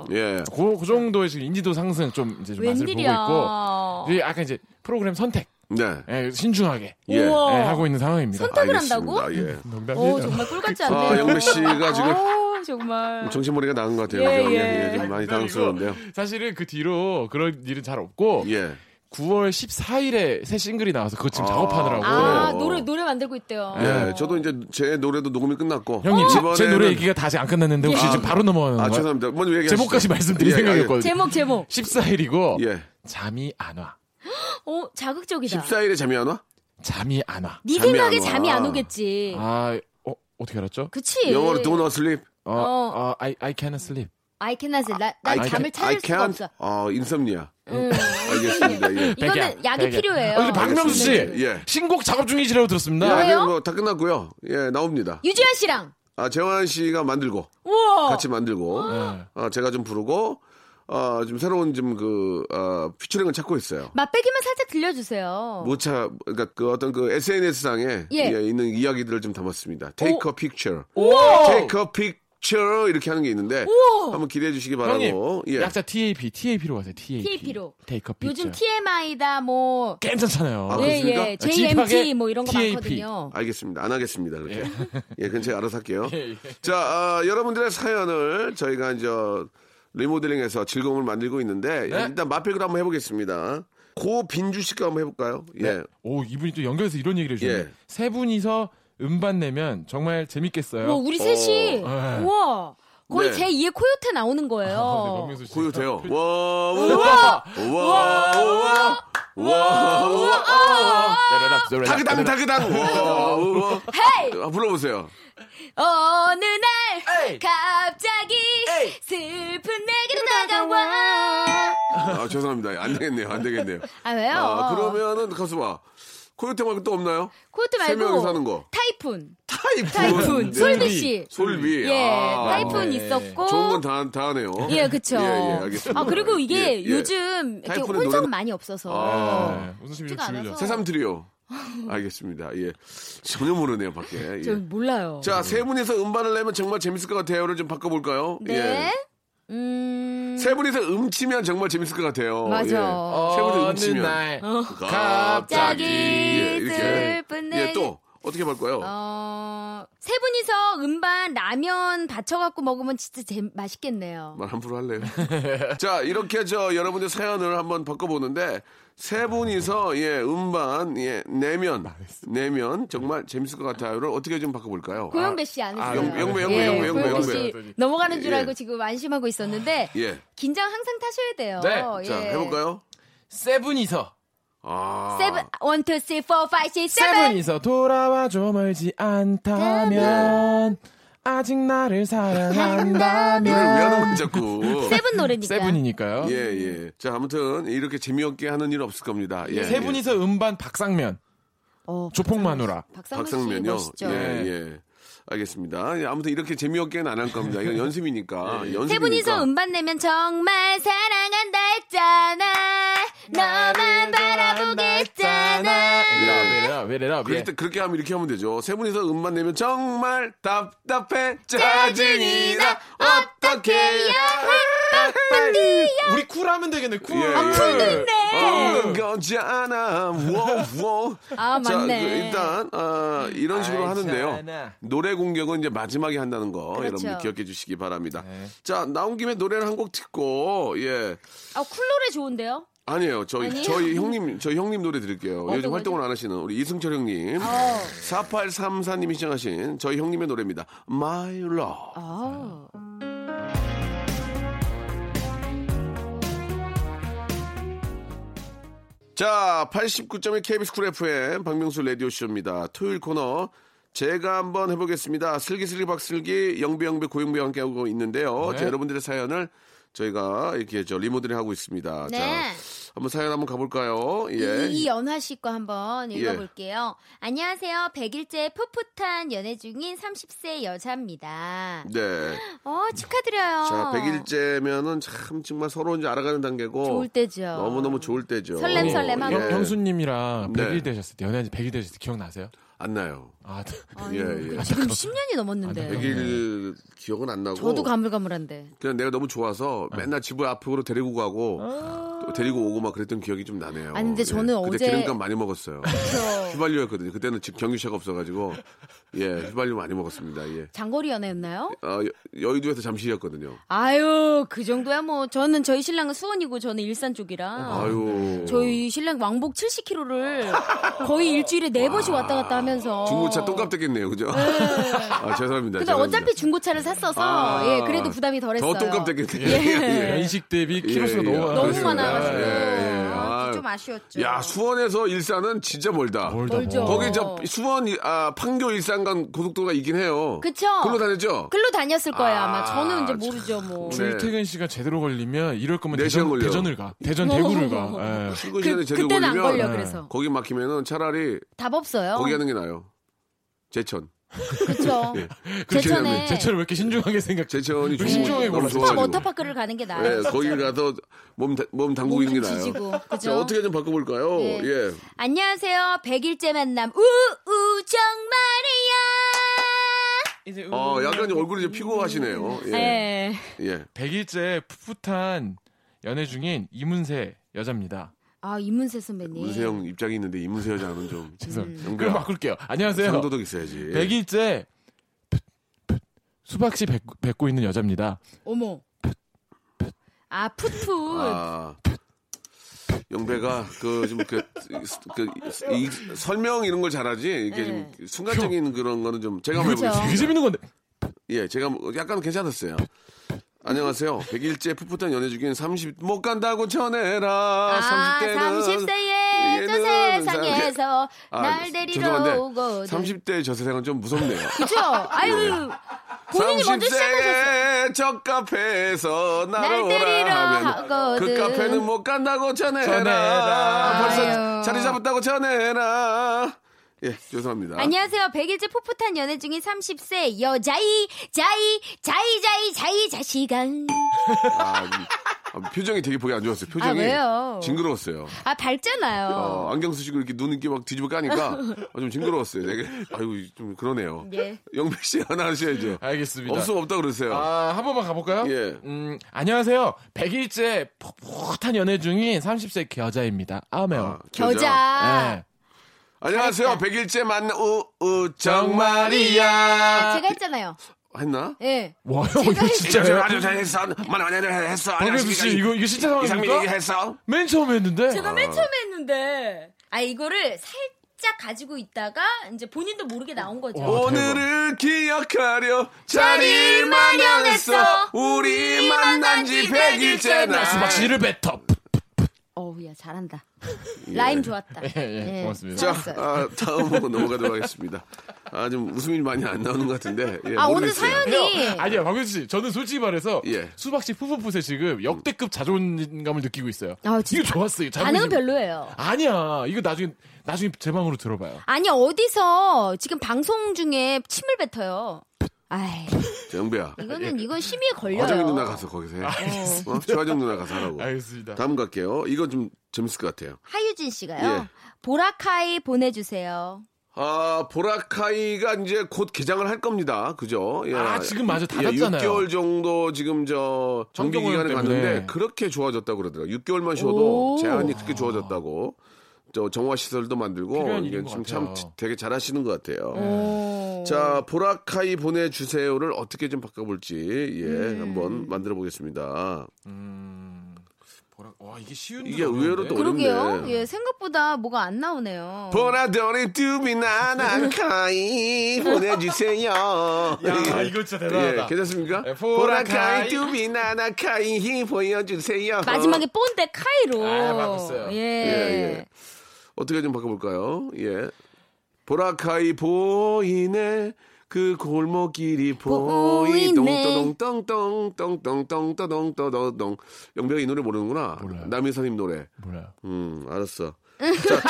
[SPEAKER 4] 네.
[SPEAKER 3] 예.
[SPEAKER 4] 그, 그 정도의 지금 인지도 상승 좀 이제 예, 좀 맛을 보고
[SPEAKER 5] 웬일이야.
[SPEAKER 4] 있고 이제 약간 이제 프로그램 선택
[SPEAKER 3] 네.
[SPEAKER 4] 예, 신중하게
[SPEAKER 3] 예.
[SPEAKER 4] 예,
[SPEAKER 5] 우와.
[SPEAKER 4] 하고 있는 상황입니다.
[SPEAKER 5] 선택- 선택을 한다고?
[SPEAKER 3] 알겠습니다. 예.
[SPEAKER 5] 어,
[SPEAKER 4] 농담이에요.
[SPEAKER 5] 정말 꿀 같지 않네요.
[SPEAKER 3] 아, 영배 씨가 지금
[SPEAKER 5] 어, 정말.
[SPEAKER 3] 정신머리가 나은 것 같아요.
[SPEAKER 5] 예,
[SPEAKER 3] 그죠?
[SPEAKER 5] 예.
[SPEAKER 3] 좀 많이 당황스러운데요.
[SPEAKER 4] 사실은 그 뒤로 그런 일은 잘 없고
[SPEAKER 3] 예.
[SPEAKER 4] 9월 14일에 새 싱글이 나와서 그거 지금
[SPEAKER 3] 아.
[SPEAKER 4] 작업하느라고
[SPEAKER 5] 아,
[SPEAKER 3] 어.
[SPEAKER 5] 노래 노래 만들고 있대요.
[SPEAKER 3] 예, 저도 이제 제 노래도 녹음이 끝났고.
[SPEAKER 4] 형님 제- 제,
[SPEAKER 3] 이번에는-
[SPEAKER 4] 노래 얘기가 다시 안 끝났는데 혹시
[SPEAKER 5] 예.
[SPEAKER 4] 지금 바로 넘어가는
[SPEAKER 3] 아,
[SPEAKER 4] 거예요?
[SPEAKER 3] 죄송합니다. 먼저 얘기하시죠.
[SPEAKER 4] 제목까지 말씀드릴
[SPEAKER 3] 예,
[SPEAKER 4] 생각이었거든요.
[SPEAKER 5] 제목 제목.
[SPEAKER 4] 14일이고
[SPEAKER 3] 예.
[SPEAKER 4] 잠이 안 와.
[SPEAKER 5] 어, 자극적이다.
[SPEAKER 3] 14일에 잠이 안 와?
[SPEAKER 4] 잠이 안 와.
[SPEAKER 5] 네
[SPEAKER 3] 잠이 안
[SPEAKER 5] 생각에
[SPEAKER 3] 와.
[SPEAKER 5] 잠이 안 오겠지.
[SPEAKER 4] 아, 어, 어떻게 알았죠?
[SPEAKER 5] 그치.
[SPEAKER 3] 영어로 don't sleep.
[SPEAKER 4] 어,
[SPEAKER 5] 어.
[SPEAKER 4] 어, I, I cannot sleep.
[SPEAKER 5] I cannot. say. 나, 난
[SPEAKER 4] I
[SPEAKER 5] 잠을
[SPEAKER 4] can't-
[SPEAKER 5] 찾을
[SPEAKER 3] I
[SPEAKER 5] 수가
[SPEAKER 3] can't.
[SPEAKER 5] 없어. 음,
[SPEAKER 3] 어, 인썸니아.
[SPEAKER 5] 응.
[SPEAKER 3] 알겠습니다. 예.
[SPEAKER 5] 이거는 약이 필요해요.
[SPEAKER 4] 아, 근데 박명수 씨
[SPEAKER 5] 네,
[SPEAKER 3] 알겠습니다. 예.
[SPEAKER 4] 신곡 작업 중이시라고 들었습니다.
[SPEAKER 5] 예. 왜요?
[SPEAKER 3] 뭐다 끝났고요. 예, 나옵니다.
[SPEAKER 5] 유지현 씨랑.
[SPEAKER 3] 아, 재환 씨가 만들고
[SPEAKER 5] 우와.
[SPEAKER 3] 같이 만들고
[SPEAKER 4] 네.
[SPEAKER 3] 어, 제가 좀 부르고 어, 좀 새로운 좀그 어, 퓨처링을 찾고 있어요.
[SPEAKER 5] 맛배기만 살짝
[SPEAKER 4] 어.
[SPEAKER 5] 들려주세요.
[SPEAKER 3] 모차 그러니까 그 어떤 그 SNS 상에
[SPEAKER 5] 예.
[SPEAKER 3] 있는 이야기들을 좀 담았습니다. Take a picture,
[SPEAKER 4] 우와!
[SPEAKER 3] take a picture 이렇게 하는 게 있는데 한번 기대해 주시기
[SPEAKER 4] 형님,
[SPEAKER 3] 바라고. 예.
[SPEAKER 4] 약자 TAP, TAP로 가세요. TAP.
[SPEAKER 5] TAP로.
[SPEAKER 4] 테이크업
[SPEAKER 5] 요즘 TMI다 뭐.
[SPEAKER 4] 괜찮잖아요.
[SPEAKER 3] 아,
[SPEAKER 5] 예,
[SPEAKER 3] 그렇습니까?
[SPEAKER 5] 예.
[SPEAKER 4] 지팍의
[SPEAKER 5] JMT 뭐 이런 거
[SPEAKER 4] TAP.
[SPEAKER 5] 많거든요.
[SPEAKER 3] 알겠습니다. 안 하겠습니다. 그렇게. 예, 그건 제가 알아서 할게요.
[SPEAKER 4] 예, 예.
[SPEAKER 3] 자, 아, 여러분들의 사연을 저희가 이제 리모델링해서 즐거움을 만들고 있는데
[SPEAKER 4] 네?
[SPEAKER 3] 일단 맛백으로 한번 해보겠습니다. 고빈주 씨가 한번 해볼까요?
[SPEAKER 4] 네.
[SPEAKER 3] 예.
[SPEAKER 4] 오, 이분이 또 연결해서 이런 얘기를 해주네.
[SPEAKER 3] 예.
[SPEAKER 4] 요세 분이서 음반 내면 정말 재밌겠어요.
[SPEAKER 5] 와, 뭐 우리 셋이.
[SPEAKER 4] 어. 예.
[SPEAKER 5] 우와. 거의
[SPEAKER 3] 네.
[SPEAKER 5] 제 2의 코요태 나오는 거예요.
[SPEAKER 4] 아, 네, 박명수 씨.
[SPEAKER 3] 고요 돼요. 와, 와, 와, 와, 와, 와,
[SPEAKER 4] 라라라, 라라라.
[SPEAKER 3] 타기당, 타기당, 와, 와.
[SPEAKER 5] 헤이!
[SPEAKER 3] 아, 불러보세요.
[SPEAKER 5] 어느 날
[SPEAKER 4] 에이!
[SPEAKER 5] 갑자기
[SPEAKER 4] 에이!
[SPEAKER 5] 슬픈 내게로 다가와
[SPEAKER 3] 아, 죄송합니다. 안 되겠네요. 안 되겠네요.
[SPEAKER 5] 아 왜요?
[SPEAKER 3] 아, 그러면은 가수봐. 코요태 말고 또 없나요?
[SPEAKER 5] 코트
[SPEAKER 3] 세 명이
[SPEAKER 5] 말고
[SPEAKER 3] 사는 거.
[SPEAKER 5] 타이푼
[SPEAKER 3] 타이푼.
[SPEAKER 5] 타이푼
[SPEAKER 3] 네.
[SPEAKER 5] 솔비 씨
[SPEAKER 3] 솔비.
[SPEAKER 5] 예
[SPEAKER 3] 아,
[SPEAKER 5] 타이푼
[SPEAKER 4] 맞네.
[SPEAKER 5] 있었고
[SPEAKER 3] 좋은 건 다, 다 하네요.
[SPEAKER 5] 예 그쵸
[SPEAKER 3] 예, 예, 알겠습니다.
[SPEAKER 5] 아 그리고 이게
[SPEAKER 3] 예, 예.
[SPEAKER 5] 요즘 이렇게
[SPEAKER 3] 타이푼의
[SPEAKER 5] 혼성
[SPEAKER 3] 노래는-
[SPEAKER 5] 많이 없어서
[SPEAKER 3] 아.
[SPEAKER 4] 네, 우선 씨
[SPEAKER 5] 쉽지가
[SPEAKER 4] 줄이죠.
[SPEAKER 5] 않아서.
[SPEAKER 3] 새삼 트리오. 알겠습니다. 예. 전혀 모르네요, 밖에. 예.
[SPEAKER 5] 전 몰라요
[SPEAKER 3] 자, 세 분이서 음반을 내면 정말 재밌을 것 같아요를 좀 바꿔볼까요? 예.
[SPEAKER 5] 네 음...
[SPEAKER 3] 세 분이서 음치면 정말 재밌을 것 같아요.
[SPEAKER 5] 맞아.
[SPEAKER 3] 예. 세 분이서
[SPEAKER 4] 어느
[SPEAKER 3] 음치면.
[SPEAKER 4] 날
[SPEAKER 5] 갑자기 슬픈
[SPEAKER 3] 예,
[SPEAKER 5] 내-
[SPEAKER 3] 또 어떻게 바꿔요?
[SPEAKER 5] 어... 세 분이서 음반 라면 받쳐갖고 먹으면 진짜 제, 맛있겠네요.
[SPEAKER 3] 말 함부로 할래요. 자, 이렇게 저 여러분들 사연을 한번 바꿔보는데 세 분이서 예 음반 예 내면 내면 정말 재밌을 것 같아요를 어떻게 좀 바꿔볼까요?
[SPEAKER 5] 고영배 씨 안
[SPEAKER 3] 아,
[SPEAKER 5] 했어요.
[SPEAKER 3] 영-
[SPEAKER 5] 예,
[SPEAKER 3] 영배, 영배, 영배, 영배,
[SPEAKER 5] 고영배
[SPEAKER 3] 영배.
[SPEAKER 5] 씨 넘어가는 줄
[SPEAKER 3] 예.
[SPEAKER 5] 알고 지금 안심하고 있었는데
[SPEAKER 3] 예.
[SPEAKER 5] 긴장 항상 타셔야 돼요.
[SPEAKER 4] 네.
[SPEAKER 5] 예.
[SPEAKER 3] 자, 해볼까요?
[SPEAKER 4] 세븐이서
[SPEAKER 3] 아,
[SPEAKER 5] 세븐 원, 투, 쓰리, 포, 파이, 시, 세븐.
[SPEAKER 4] 세븐이서 돌아와줘 멀지 않다면 아직 나를
[SPEAKER 3] 노래를 왜 하는
[SPEAKER 4] 사랑한다면
[SPEAKER 3] 건지 자꾸.
[SPEAKER 5] 세븐 노래니까.
[SPEAKER 4] 세븐이니까요.
[SPEAKER 3] 예, 예. 자, 아무튼 이렇게 재미없게 하는 일 없을 겁니다. 예.
[SPEAKER 4] 세
[SPEAKER 3] 예.
[SPEAKER 4] 분이서 음반 박상면
[SPEAKER 5] 어,
[SPEAKER 4] 조폭 마누라
[SPEAKER 5] 박상민 씨
[SPEAKER 3] 박상면요.
[SPEAKER 5] 멋있죠.
[SPEAKER 3] 예, 예. 알겠습니다. 예, 아무튼 이렇게 재미없게는 안 할 겁니다. 이건 연습이니까. 연습이니까.
[SPEAKER 5] 세
[SPEAKER 3] 그러니까.
[SPEAKER 5] 분이서 음반 내면 정말 사랑한다 했잖아. 너만 바라보게 했잖아.
[SPEAKER 4] 왜라 왜라
[SPEAKER 3] 그렇게, 때- 그렇게 하면 이렇게 하면 되죠. 세 분이서 음만 내면 정말 답답해 짜증이 나 어떻게
[SPEAKER 5] 아,
[SPEAKER 3] 해야
[SPEAKER 4] 우리 쿨하면 되겠네 쿨.
[SPEAKER 3] 예, 아, 해 없는 거잖아 워워
[SPEAKER 5] 음. 아,
[SPEAKER 3] 자, 그
[SPEAKER 5] 맞네.
[SPEAKER 3] 일단 아, 이런 식으로
[SPEAKER 4] 알잖아.
[SPEAKER 3] 하는데요. 노래 공격은 이제 마지막에 한다는 거
[SPEAKER 5] 그렇죠.
[SPEAKER 3] 여러분들 기억해 주시기 바랍니다.
[SPEAKER 4] 네.
[SPEAKER 3] 자 나온 김에 노래를 한 곡 듣고 예
[SPEAKER 5] 아, 쿨 노래 좋은데요?
[SPEAKER 3] 아니에요. 저희
[SPEAKER 5] 아니에요?
[SPEAKER 3] 저희 형님 저희 형님 노래 드릴게요.
[SPEAKER 5] 어떤
[SPEAKER 3] 요즘
[SPEAKER 5] 거죠?
[SPEAKER 3] 활동을 안 하시는 우리 이승철 형님.
[SPEAKER 5] 어.
[SPEAKER 3] 4834님이 시청하신 저희 형님의 노래입니다. My Love. 아,
[SPEAKER 5] 어.
[SPEAKER 3] 자, 89.1 KBS 쿨 FM 박명수 라디오쇼입니다. 토요일 코너 제가 한번 해보겠습니다. 슬기슬기 박슬기 영배영배 고영배와 함께하고 있는데요.
[SPEAKER 4] 네.
[SPEAKER 3] 자, 여러분들의 사연을 저희가 이렇게 저 리모델링 하고 있습니다.
[SPEAKER 5] 네.
[SPEAKER 3] 자, 한번 사연 한번 가볼까요? 예.
[SPEAKER 5] 이연화 씨과 한번 읽어볼게요. 안녕하세요. 100일째 풋풋한 연애 중인 30세 여자입니다.
[SPEAKER 3] 네.
[SPEAKER 5] 어, 축하드려요.
[SPEAKER 3] 자, 100일째면은 참 정말 서로 이제 알아가는 단계고
[SPEAKER 5] 좋을 때죠.
[SPEAKER 3] 너무너무 좋을 때죠.
[SPEAKER 5] 설렘설렘하고.
[SPEAKER 3] 예.
[SPEAKER 4] 어, 형수님이랑
[SPEAKER 3] 네.
[SPEAKER 4] 100일 되셨을 때 연애한 지 100일 되셨을 때 기억나세요?
[SPEAKER 3] 안 나요.
[SPEAKER 4] 아,
[SPEAKER 5] 아유,
[SPEAKER 3] 예, 아, 네. 예.
[SPEAKER 5] 그 지금 10년이 넘었는데.
[SPEAKER 3] 100일 기억은 안 나고
[SPEAKER 5] 저도 가물가물한데.
[SPEAKER 3] 그냥 내가 너무 좋아서 맨날 집을 앞으로 데리고 가고 또 데리고 오고 막 그랬던 기억이 좀 나네요.
[SPEAKER 5] 아니, 근데 저는
[SPEAKER 3] 그때
[SPEAKER 5] 어제-
[SPEAKER 3] 기름값 많이 먹었어요. 휘발유였거든요. 그때는 지- 경유차가 없어가지고 예 휘발유 많이 먹었습니다. 예.
[SPEAKER 5] 장거리 연애였나요?
[SPEAKER 3] 아, 여, 의도에서 잠실이었거든요.
[SPEAKER 5] 아유, 그 정도야 뭐. 저는 저희 신랑은 수원이고 저는 일산 쪽이라.
[SPEAKER 3] 아유.
[SPEAKER 5] 저희 신랑 왕복 70km를 거의 일주일에 네 번씩 왔다 갔다 하면서.
[SPEAKER 3] 중고차 똥값 됐겠네요, 그죠? 아, 죄송합니다.
[SPEAKER 5] 근데 어. 어차피 중고차를 샀어서
[SPEAKER 3] 아,
[SPEAKER 5] 예 그래도 부담이 덜했어요.
[SPEAKER 3] 더
[SPEAKER 5] 예.
[SPEAKER 3] 똥값 됐겠네요.
[SPEAKER 4] 연식 대비 키로수가
[SPEAKER 3] 예, 예.
[SPEAKER 4] 너무 많아.
[SPEAKER 5] 너무
[SPEAKER 3] 그렇습니다. 예,
[SPEAKER 5] 많아가지고
[SPEAKER 3] 예.
[SPEAKER 5] 아,
[SPEAKER 3] 아유.
[SPEAKER 5] 좀 아쉬웠죠.
[SPEAKER 3] 야 수원에서 일산은 진짜 멀다.
[SPEAKER 4] 멀다,
[SPEAKER 5] 멀죠.
[SPEAKER 4] 멀어.
[SPEAKER 3] 거기 저 수원 이- 아 판교 일산간 고속도로가 있긴 해요.
[SPEAKER 5] 그쵸?
[SPEAKER 3] 글로 다녔죠.
[SPEAKER 5] 글로 다녔을 거야
[SPEAKER 3] 아,
[SPEAKER 5] 아마. 저는 이제 모르죠 뭐.
[SPEAKER 3] 네.
[SPEAKER 4] 출퇴근 시간 제대로 걸리면 이럴 거면
[SPEAKER 3] 네 시간
[SPEAKER 4] 대전,
[SPEAKER 3] 걸려요.
[SPEAKER 4] 대전을 가. 대전 대구를 가. 예.
[SPEAKER 3] 출근 시간에
[SPEAKER 5] 그,
[SPEAKER 3] 제대로
[SPEAKER 5] 그때는 안
[SPEAKER 3] 걸리면
[SPEAKER 5] 걸려
[SPEAKER 4] 네.
[SPEAKER 5] 그래서
[SPEAKER 3] 거기 막히면은 차라리
[SPEAKER 5] 답 어. 없어요.
[SPEAKER 3] 거기 하는 게 나요. 제천.
[SPEAKER 5] 그렇죠.
[SPEAKER 3] 그렇게
[SPEAKER 5] 제천에
[SPEAKER 3] 하면
[SPEAKER 4] 예. 제철 왜 이렇게 신중하게 생각?
[SPEAKER 3] 제천이 좋은
[SPEAKER 4] 신중하게
[SPEAKER 3] 너무
[SPEAKER 4] 걸어서.
[SPEAKER 5] 팝
[SPEAKER 3] 좋아가지고.
[SPEAKER 5] 워터파크를 가는 게 나아요.
[SPEAKER 3] 예, 거기 가서 몸, 다- 몸 담그고 있는 게 나요.
[SPEAKER 5] 지지고
[SPEAKER 3] 자,
[SPEAKER 5] 그죠?
[SPEAKER 3] 어떻게 좀 바꿔볼까요?
[SPEAKER 5] 네.
[SPEAKER 3] 예.
[SPEAKER 5] 안녕하세요. 100일째 만남 우우 정말이야.
[SPEAKER 3] 어, 약간 좀 얼굴이 좀 피고하시네요. 예.
[SPEAKER 5] 네.
[SPEAKER 3] 예.
[SPEAKER 4] 100일째 풋풋한 연애 중인 이문세 여자입니다.
[SPEAKER 5] 아 이문세 선배님.
[SPEAKER 3] 문세영 입장이 있는데 이문세 여자는 좀.
[SPEAKER 5] 음.
[SPEAKER 4] 죄송합니다.
[SPEAKER 3] 영구야,
[SPEAKER 4] 그럼 바꿀게요. 안녕하세요.
[SPEAKER 3] 상도덕 있어야지.
[SPEAKER 4] 100일째 수박씨 뵙고, 뵙고 있는 여자입니다.
[SPEAKER 5] 어머. 아 풋풋.
[SPEAKER 3] 아, 영배가 그 지금 그, 그 이, 설명 이런 걸 잘하지 이게 좀 순간적인 그런 거는 좀 제가 한번
[SPEAKER 5] 네. 그죠.
[SPEAKER 4] 되게
[SPEAKER 3] 해보겠습니다.
[SPEAKER 4] 재밌는 건데.
[SPEAKER 3] 예, 제가 뭐 약간 괜찮았어요. 안녕하세요. 100일째 풋풋한 연애 중인 30, 못 간다고 전해라.
[SPEAKER 5] 아,
[SPEAKER 3] 30대는.
[SPEAKER 5] 30세의 저
[SPEAKER 3] 얘는
[SPEAKER 5] 세상에서
[SPEAKER 3] 아,
[SPEAKER 5] 날 데리러
[SPEAKER 3] 죄송한데,
[SPEAKER 5] 오고.
[SPEAKER 3] 30대 저 세상은 좀 무섭네요.
[SPEAKER 5] 그죠?
[SPEAKER 3] 예.
[SPEAKER 5] 아유, 본인이 먼저 시작하셨어요.
[SPEAKER 3] 30세의 저 카페에서
[SPEAKER 5] 날
[SPEAKER 3] 날
[SPEAKER 5] 데리러
[SPEAKER 3] 오라 하면 그
[SPEAKER 5] 하거든.
[SPEAKER 3] 카페는 못 간다고 전해라.
[SPEAKER 4] 전해라.
[SPEAKER 3] 벌써
[SPEAKER 5] 아유.
[SPEAKER 3] 자리 잡았다고 전해라. 예, 죄송합니다.
[SPEAKER 5] 안녕하세요. 100일째 풋풋한 연애 중인 30세 여자이, 자이, 자이, 자이, 자이, 자시간.
[SPEAKER 3] 아, 이- 아, 표정이 되게 보기 안 좋았어요. 표정이
[SPEAKER 5] 아, 왜요?
[SPEAKER 3] 징그러웠어요.
[SPEAKER 5] 아, 밝잖아요.
[SPEAKER 3] 어, 안경 쓰시고 이렇게 눈 이렇게 막 뒤집어 까니까 아, 좀 징그러웠어요. 되게 아이고 좀 그러네요.
[SPEAKER 5] 예.
[SPEAKER 3] 영배 씨 하나 하셔야죠.
[SPEAKER 4] 알겠습니다.
[SPEAKER 3] 없으면 없다 그러세요.
[SPEAKER 4] 아, 한 번만 가볼까요?
[SPEAKER 3] 예.
[SPEAKER 4] 음, 안녕하세요. 100일째 풋풋한 연애 중인 30세 여자입니다. 아메요.
[SPEAKER 3] 겨자.
[SPEAKER 5] 겨자.
[SPEAKER 4] 예.
[SPEAKER 3] 안녕하세요.
[SPEAKER 5] 잘했다.
[SPEAKER 3] 백일째 만나, 우, 우, 정말이야.
[SPEAKER 5] 제가 했잖아요.
[SPEAKER 3] 했나?
[SPEAKER 5] 예.
[SPEAKER 4] 와, 형, 네. 어, 이거
[SPEAKER 3] 이제
[SPEAKER 4] 진짜예요?
[SPEAKER 3] 아주 잘했어. 만 아주 잘했어.
[SPEAKER 4] 박명수 씨, 이거, 이거 진짜
[SPEAKER 3] 이상민
[SPEAKER 4] 상황입니까? 아,
[SPEAKER 3] 얘기했어.
[SPEAKER 4] 맨 처음 했는데? 아,
[SPEAKER 5] 제가 맨 처음에 했는데. 아, 이거를 살짝 가지고 있다가 이제 본인도 모르게 나온 거죠.
[SPEAKER 4] 와.
[SPEAKER 3] 오늘을 기억하려 자리 마련했어. 우리 만난 지 100일째 날.
[SPEAKER 4] 박씨를 뱉어.
[SPEAKER 5] 어우야, 잘한다. 라임 좋았다.
[SPEAKER 4] 예, 예,
[SPEAKER 5] 예.
[SPEAKER 4] 고맙습니다.
[SPEAKER 3] 자,
[SPEAKER 5] 알았어요.
[SPEAKER 3] 아, 다음으로 넘어가도록 하겠습니다. 아, 좀 웃음이 많이 안 나오는 것 같은데. 예,
[SPEAKER 5] 아, 오늘
[SPEAKER 3] 모르겠어요.
[SPEAKER 5] 사연이.
[SPEAKER 4] 아니야, 박명수 씨. 저는 솔직히 말해서
[SPEAKER 3] 예.
[SPEAKER 4] 수박 씨 푸푸푸세 지금 역대급 자존감을 느끼고 있어요.
[SPEAKER 5] 아, 진짜.
[SPEAKER 4] 이거 좋았어요. 이거
[SPEAKER 5] 반응은
[SPEAKER 4] 자존심-
[SPEAKER 5] 별로예요.
[SPEAKER 4] 아니야. 이거 나중에 나중에 제 방으로 들어봐요.
[SPEAKER 5] 아니, 어디서 지금 방송 중에 침을 뱉어요. 아이,
[SPEAKER 3] 자, 영배야. 어,
[SPEAKER 5] 이거는, 이건 심의에 걸려요.
[SPEAKER 3] 화정이 아, 누나 가서 거기서 해. 어, 최화정 누나 가서 하라고.
[SPEAKER 4] 알겠습니다.
[SPEAKER 3] 뭐. 다음 갈게요. 이건 좀 재밌을 것 같아요.
[SPEAKER 5] 하유진 씨가요.
[SPEAKER 3] 예.
[SPEAKER 5] 보라카이 보내주세요.
[SPEAKER 3] 아, 보라카이가 이제 곧 개장을 할 겁니다. 그죠? 예.
[SPEAKER 4] 아, 지금 맞아. 다
[SPEAKER 3] 예,
[SPEAKER 4] 닫잖아요.
[SPEAKER 3] 6개월 정도 지금 저 정기
[SPEAKER 4] 환경 오염
[SPEAKER 3] 기간에
[SPEAKER 4] 때문에.
[SPEAKER 3] 갔는데 그렇게 좋아졌다고 그러더라고요. 6개월만 쉬어도
[SPEAKER 5] 오.
[SPEAKER 3] 제한이 그렇게 좋아졌다고. 저 정화 시설도 만들고
[SPEAKER 4] 필요한
[SPEAKER 3] 이게
[SPEAKER 4] 일인 것
[SPEAKER 3] 지금 참
[SPEAKER 4] 같아요.
[SPEAKER 3] 지- 되게 잘하시는 것 같아요.
[SPEAKER 5] 오.
[SPEAKER 3] 자, 보라카이 보내주세요를 어떻게 좀 바꿔볼지, 예,
[SPEAKER 4] 음.
[SPEAKER 3] 한번 만들어 보겠습니다.
[SPEAKER 4] 보라, 와 이게 쉬운
[SPEAKER 3] 이게 의외로 또
[SPEAKER 5] 그러게요.
[SPEAKER 3] 어렵네.
[SPEAKER 5] 예, 생각보다 뭐가 안
[SPEAKER 4] 어.
[SPEAKER 5] 나오네요.
[SPEAKER 3] 보라돌이 뚜비나나카이 보내주세요.
[SPEAKER 4] 야, 이거 진짜 대단하다.
[SPEAKER 3] 예, 괜찮습니까?
[SPEAKER 4] 예,
[SPEAKER 3] 보라카이
[SPEAKER 4] 보라카이.
[SPEAKER 3] 뚜비나나카이 보여주세요.
[SPEAKER 5] 마지막에 본데 카이로.
[SPEAKER 4] 아, 바꿨어요.
[SPEAKER 5] 예.
[SPEAKER 3] 예, 어떻게 좀 바꿔볼까요? 예. 보라카이 보이네. 그 골목길이 보이
[SPEAKER 5] 보이네.
[SPEAKER 3] 똥떠동똥똥똥떠동떠동떠동떠동 영배가 이 노래 모르는구나
[SPEAKER 4] 몰라요.
[SPEAKER 3] 남희사님 노래
[SPEAKER 4] 몰라요.
[SPEAKER 3] 음 알았어 자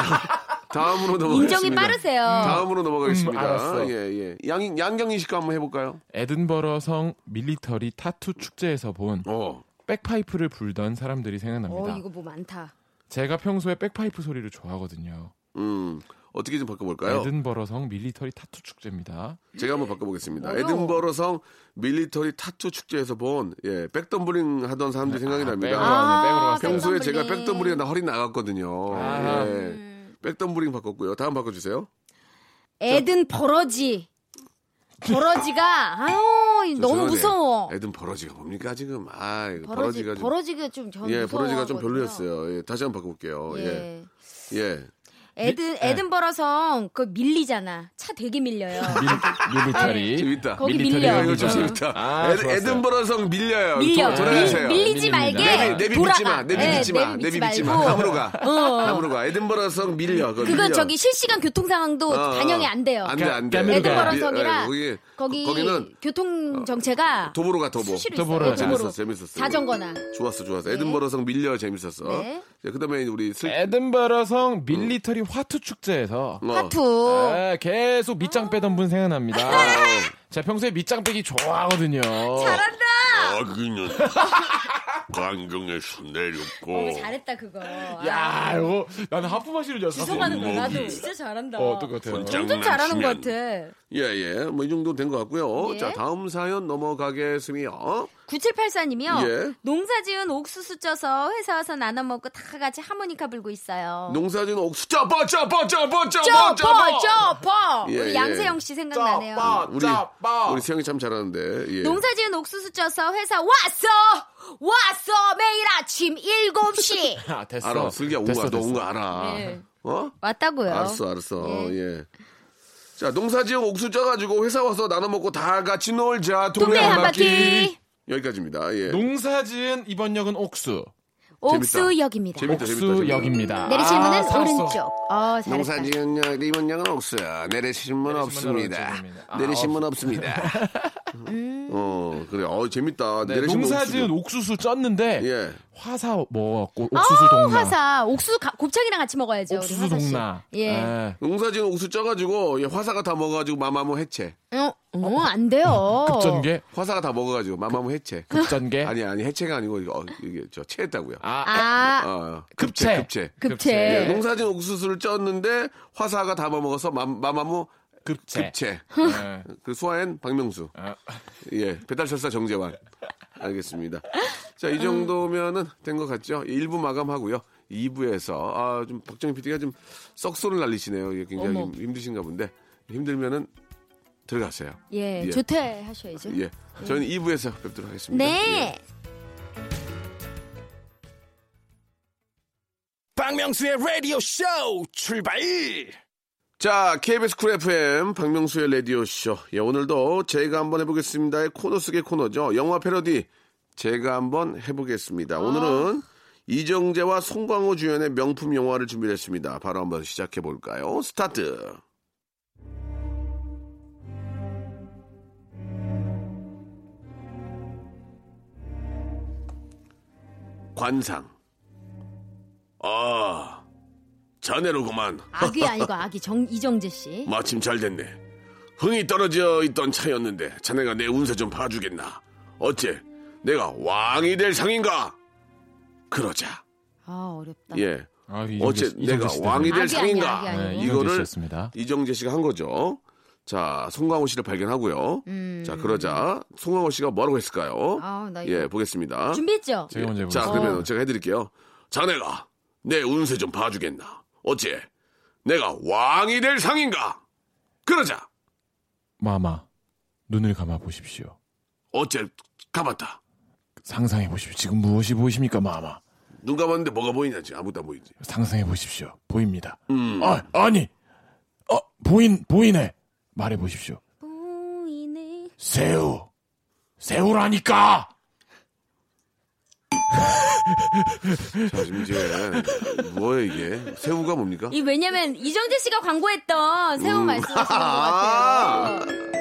[SPEAKER 3] 다, 음으로 넘어가겠습니다
[SPEAKER 5] 인정이 빠르세요.
[SPEAKER 3] 다음으로
[SPEAKER 4] 음,
[SPEAKER 3] 넘어가겠습니다
[SPEAKER 4] 알았어.
[SPEAKER 3] 예예 양 양경희 씨가 한번 해볼까요
[SPEAKER 4] 에든버러 성 밀리터리 타투 축제에서 본
[SPEAKER 3] 어
[SPEAKER 4] 백파이프를 불던 사람들이
[SPEAKER 5] 어,
[SPEAKER 4] 생각납니다.
[SPEAKER 5] 이거 뭐 많다.
[SPEAKER 4] 제가 평소에 백파이프 소리를 좋아하거든요.
[SPEAKER 3] 음, 어떻게 좀 바꿔볼까요?
[SPEAKER 4] 에든버러 성 밀리터리 타투 축제입니다.
[SPEAKER 3] 제가 한번 바꿔보겠습니다.
[SPEAKER 5] 어려워.
[SPEAKER 3] 에든버러성 밀리터리 타투 축제에서 본 예, 백덤블링 하던 사람들이 생각이 납니다.
[SPEAKER 4] 아, 백으로 가네, 백으로
[SPEAKER 5] 아,
[SPEAKER 4] 갔어요.
[SPEAKER 3] 평소에 제가
[SPEAKER 5] 백덤블링. 음.
[SPEAKER 3] 백덤블링 하다 허리 나갔거든요.
[SPEAKER 4] 아.
[SPEAKER 3] 예. 백덤블링 바꿨고요. 다음 바꿔주세요.
[SPEAKER 5] 에든 버러지. 버러지가 아유
[SPEAKER 3] 죄송하네.
[SPEAKER 5] 너무 무서워.
[SPEAKER 3] 에든 버러지가 뭡니까 지금? 아, 이거
[SPEAKER 5] 버러지
[SPEAKER 3] 버러지가 좀
[SPEAKER 5] 버러지가 좀전
[SPEAKER 3] 예, 버러지가 좀 별로였어요. 예, 다시 한번 바꿔볼게요. 예,
[SPEAKER 5] 예.
[SPEAKER 3] 예.
[SPEAKER 5] 에든 에든버러성 그 밀리잖아. 차 되게 밀려요.
[SPEAKER 4] 밀, 리터리
[SPEAKER 3] 재밌다.
[SPEAKER 5] 거기
[SPEAKER 4] 밀리터리가
[SPEAKER 5] 밀려.
[SPEAKER 3] 이거 좀
[SPEAKER 4] 밀리잖아.
[SPEAKER 3] 재밌다.
[SPEAKER 4] 아,
[SPEAKER 3] 에드-
[SPEAKER 4] 좋았어요.
[SPEAKER 3] 에든버러성 밀려요.
[SPEAKER 5] 밀려.
[SPEAKER 3] 도- 돌아가세요.
[SPEAKER 5] 밀, 밀리지
[SPEAKER 4] 밀립니다.
[SPEAKER 5] 말게.
[SPEAKER 4] 내비-
[SPEAKER 3] 내비
[SPEAKER 5] 돌아가.
[SPEAKER 3] 믿지 마. 내비
[SPEAKER 5] 예,
[SPEAKER 3] 믿지 마. 내비 믿지 마.
[SPEAKER 5] 말고.
[SPEAKER 3] 감으로 가.
[SPEAKER 5] 어.
[SPEAKER 3] 감으로 가. 에든버러성 밀려. 그거
[SPEAKER 5] 그건
[SPEAKER 3] 밀려.
[SPEAKER 5] 저기 실시간 교통 상황도
[SPEAKER 3] 어, 어.
[SPEAKER 5] 반영이 안 돼요.
[SPEAKER 3] 안 돼, 안 돼.
[SPEAKER 4] 까밀가.
[SPEAKER 5] 에드버러 성이라
[SPEAKER 3] 예, 거기,
[SPEAKER 5] 거기,
[SPEAKER 3] 거기는 어,
[SPEAKER 5] 교통 정체가
[SPEAKER 3] 도보로 가, 도보. 아,
[SPEAKER 5] 수시로
[SPEAKER 4] 도보로
[SPEAKER 5] 있어요.
[SPEAKER 4] 가자.
[SPEAKER 5] 도보로.
[SPEAKER 3] 재밌었어, 재밌었어.
[SPEAKER 5] 자전거나
[SPEAKER 3] 좋았어, 좋았어. 에든버러성 밀려 재밌었어.
[SPEAKER 5] 네.
[SPEAKER 3] 자, 그다음에 우리 슬
[SPEAKER 4] 에든버러 성 밀리터리 화투 축제에서
[SPEAKER 3] 어. 어.
[SPEAKER 5] 파투
[SPEAKER 4] 아, 계속 밑장 빼던 분 생각납니다. 제가 평소에 밑장 빼기 좋아하거든요.
[SPEAKER 5] 잘한다.
[SPEAKER 1] 아, 그냥 강경에서
[SPEAKER 5] 어,
[SPEAKER 1] 내렸고
[SPEAKER 5] 잘했다 그거.
[SPEAKER 4] 야, 이거 나는 하프 마시는 줄 알았어.
[SPEAKER 5] 주소하는 거
[SPEAKER 3] 뭐,
[SPEAKER 5] 나도
[SPEAKER 1] 목이.
[SPEAKER 5] 진짜 잘한다.
[SPEAKER 4] 어, 어떨 것 같아요?
[SPEAKER 5] 점점 잘하는 것 같아.
[SPEAKER 3] 예, 예. 뭐 이 정도 된 것 같고요.
[SPEAKER 5] 예.
[SPEAKER 3] 자, 다음 사연 넘어가겠습니다.
[SPEAKER 5] 9784님이요.
[SPEAKER 3] 예.
[SPEAKER 5] 농사 지은 옥수수 쪄서 회사 와서 나눠 먹고 다 같이 하모니카 불고 있어요.
[SPEAKER 3] 농사진 옥수 짜빠 짜빠 짜빠 짜빠
[SPEAKER 5] 쪄퍼
[SPEAKER 3] 짜빠.
[SPEAKER 5] 쪄퍼.
[SPEAKER 3] 예, 예.
[SPEAKER 5] 우리 양세형 씨 생각나네요.
[SPEAKER 3] 우리 우리 세영이 참 잘하는데. 예.
[SPEAKER 5] 아, 농사 지은 옥수수 쪄서 회사 왔어! 왔어! 매일 아침 7시!
[SPEAKER 4] 아, 됐어.
[SPEAKER 3] 알아. 슬기야 온
[SPEAKER 4] 됐어,
[SPEAKER 3] 거야.
[SPEAKER 4] 됐어.
[SPEAKER 3] 너온 거 알아.
[SPEAKER 5] 예.
[SPEAKER 3] 어?
[SPEAKER 5] 왔다고요.
[SPEAKER 3] 알았어, 알았어.
[SPEAKER 5] 예.
[SPEAKER 3] 예. 자, 농사지역 옥수 쪄가지고 회사 와서 나눠 먹고 다 같이 놀자. 동네,
[SPEAKER 5] 동네
[SPEAKER 3] 한
[SPEAKER 5] 한
[SPEAKER 3] 바퀴.
[SPEAKER 5] 바퀴.
[SPEAKER 3] 여기까지입니다. 예.
[SPEAKER 4] 농사 지은 이번 역은 옥수.
[SPEAKER 5] 옥수역입니다.
[SPEAKER 3] 재밌다, 재밌다,
[SPEAKER 4] 옥수
[SPEAKER 3] 재밌다.
[SPEAKER 4] 역입니다.
[SPEAKER 5] 내리실 문은
[SPEAKER 4] 아, 살았어.
[SPEAKER 5] 오른쪽. 어, 잘했다.
[SPEAKER 3] 농사지역 이번 양은 옥수야. 내리신 분
[SPEAKER 4] 내리신
[SPEAKER 3] 없습니다.
[SPEAKER 4] 분은 없습니다. 아,
[SPEAKER 3] 내리신 분 없습니다. 어, 그래. 어, 재밌다.
[SPEAKER 4] 네,
[SPEAKER 3] 내리신 분
[SPEAKER 4] 농사
[SPEAKER 3] 옥수수.
[SPEAKER 4] 지은 옥수수 쪘는데
[SPEAKER 3] 예.
[SPEAKER 4] 화사 뭐, 먹었고 옥수수
[SPEAKER 5] 아,
[SPEAKER 4] 동나.
[SPEAKER 5] 화사. 옥수 가- 곱창이랑 같이 먹어야죠. 우리
[SPEAKER 4] 옥수수
[SPEAKER 5] 화사 씨.
[SPEAKER 4] 동나.
[SPEAKER 5] 예.
[SPEAKER 4] 예.
[SPEAKER 3] 농사지역 옥수 쪄가지고 예, 화사가 다 먹어가지고 마마무 해체.
[SPEAKER 5] 어, 어, 안 돼요.
[SPEAKER 4] 급전개,
[SPEAKER 3] 화사가 다 먹어가지고 마마무 해체.
[SPEAKER 4] 급전개.
[SPEAKER 3] 아니 아니 해체가 아니고 이거, 어, 이게 저 체했다고요.
[SPEAKER 4] 그, 네. 아,
[SPEAKER 5] 아,
[SPEAKER 3] 어,
[SPEAKER 4] 급체. 그, 네.
[SPEAKER 3] 급체.
[SPEAKER 5] 급체.
[SPEAKER 3] 예, 농사진 옥수수를 쪘는데 화사가 담아먹어서 마- 마마무
[SPEAKER 4] 급체.
[SPEAKER 3] 급체.
[SPEAKER 4] 예.
[SPEAKER 3] 그 소아엔 박명수.
[SPEAKER 4] 아.
[SPEAKER 3] 예, 배달철사 정재환. 알겠습니다. 자, 이 정도면은 된 것 같죠? 1부 마감하고요. 2부에서 아, 좀 박정희 PD가 좀 썩소를 날리시네요. 예, 굉장히
[SPEAKER 5] 어머.
[SPEAKER 3] 힘드신가 본데 힘들면은 들어가세요.
[SPEAKER 5] 예,
[SPEAKER 3] 예.
[SPEAKER 5] 조퇴하셔야죠.
[SPEAKER 3] 예. 저는 2부에서 뵙도록 하겠습니다.
[SPEAKER 5] 네.
[SPEAKER 1] 박명수의 라디오 쇼 출발!
[SPEAKER 3] 자, KBS 쿨 FM 박명수의 라디오쇼. 예, 오늘도 제가 한번 해보겠습니다의 코너 속의 코너죠. 영화 패러디 제가 한번 해보겠습니다. 오늘은 이정재와 송광호 주연의 명품 영화를 준비했습니다. 바로 한번 시작해볼까요? 스타트! 관상. 아, 자네로구만.
[SPEAKER 5] 악이 아니고 악이 정 이정재 씨.
[SPEAKER 3] 마침 잘 됐네. 흥이 떨어져 있던 차였는데 자네가 내 운세 좀 봐주겠나? 어째 내가 왕이 될 상인가? 그러자.
[SPEAKER 5] 아 어렵다.
[SPEAKER 3] 예.
[SPEAKER 4] 아,
[SPEAKER 3] 어째
[SPEAKER 4] 이정재- 이정재
[SPEAKER 3] 내가
[SPEAKER 4] 씨다.
[SPEAKER 3] 왕이
[SPEAKER 5] 아기,
[SPEAKER 3] 될
[SPEAKER 5] 아기,
[SPEAKER 3] 상인가?
[SPEAKER 5] 아기,
[SPEAKER 4] 네,
[SPEAKER 5] 아니에요?
[SPEAKER 4] 이거를
[SPEAKER 3] 이거를
[SPEAKER 4] 셨습니다
[SPEAKER 3] 이정재 씨가 한 거죠. 자, 송강호 씨를 발견하고요. 자, 그러자 송강호 씨가 뭐라고 했을까요?
[SPEAKER 5] 음. 아, 나 이거-
[SPEAKER 3] 예, 보겠습니다.
[SPEAKER 5] 준비했죠? 어.
[SPEAKER 4] 제가 먼저
[SPEAKER 3] 자,
[SPEAKER 4] 해보겠습니다.
[SPEAKER 3] 그러면 제가 해드릴게요. 자네가 내 운세 좀 봐주겠나? 어째 내가 왕이 될 상인가? 그러자.
[SPEAKER 4] 마마, 눈을 감아 보십시오.
[SPEAKER 3] 어째 감았다.
[SPEAKER 4] 상상해 보십시오. 지금 무엇이 보이십니까, 마마?
[SPEAKER 3] 눈 감았는데 뭐가 보이냐 지 아무것도 안 보이지.
[SPEAKER 4] 상상해 보십시오. 보입니다.
[SPEAKER 3] 음.
[SPEAKER 4] 아, 아니, 어, 보인 보이네. 말해 보십시오.
[SPEAKER 5] 보이네.
[SPEAKER 4] 새우, 새우라니까.
[SPEAKER 3] 자 지금 이제 뭐예요 이게? 새우가 뭡니까?
[SPEAKER 5] 이 왜냐면 이정재 씨가 광고했던 새우 말씀하시는 것
[SPEAKER 3] 음. 아.
[SPEAKER 5] 같아요.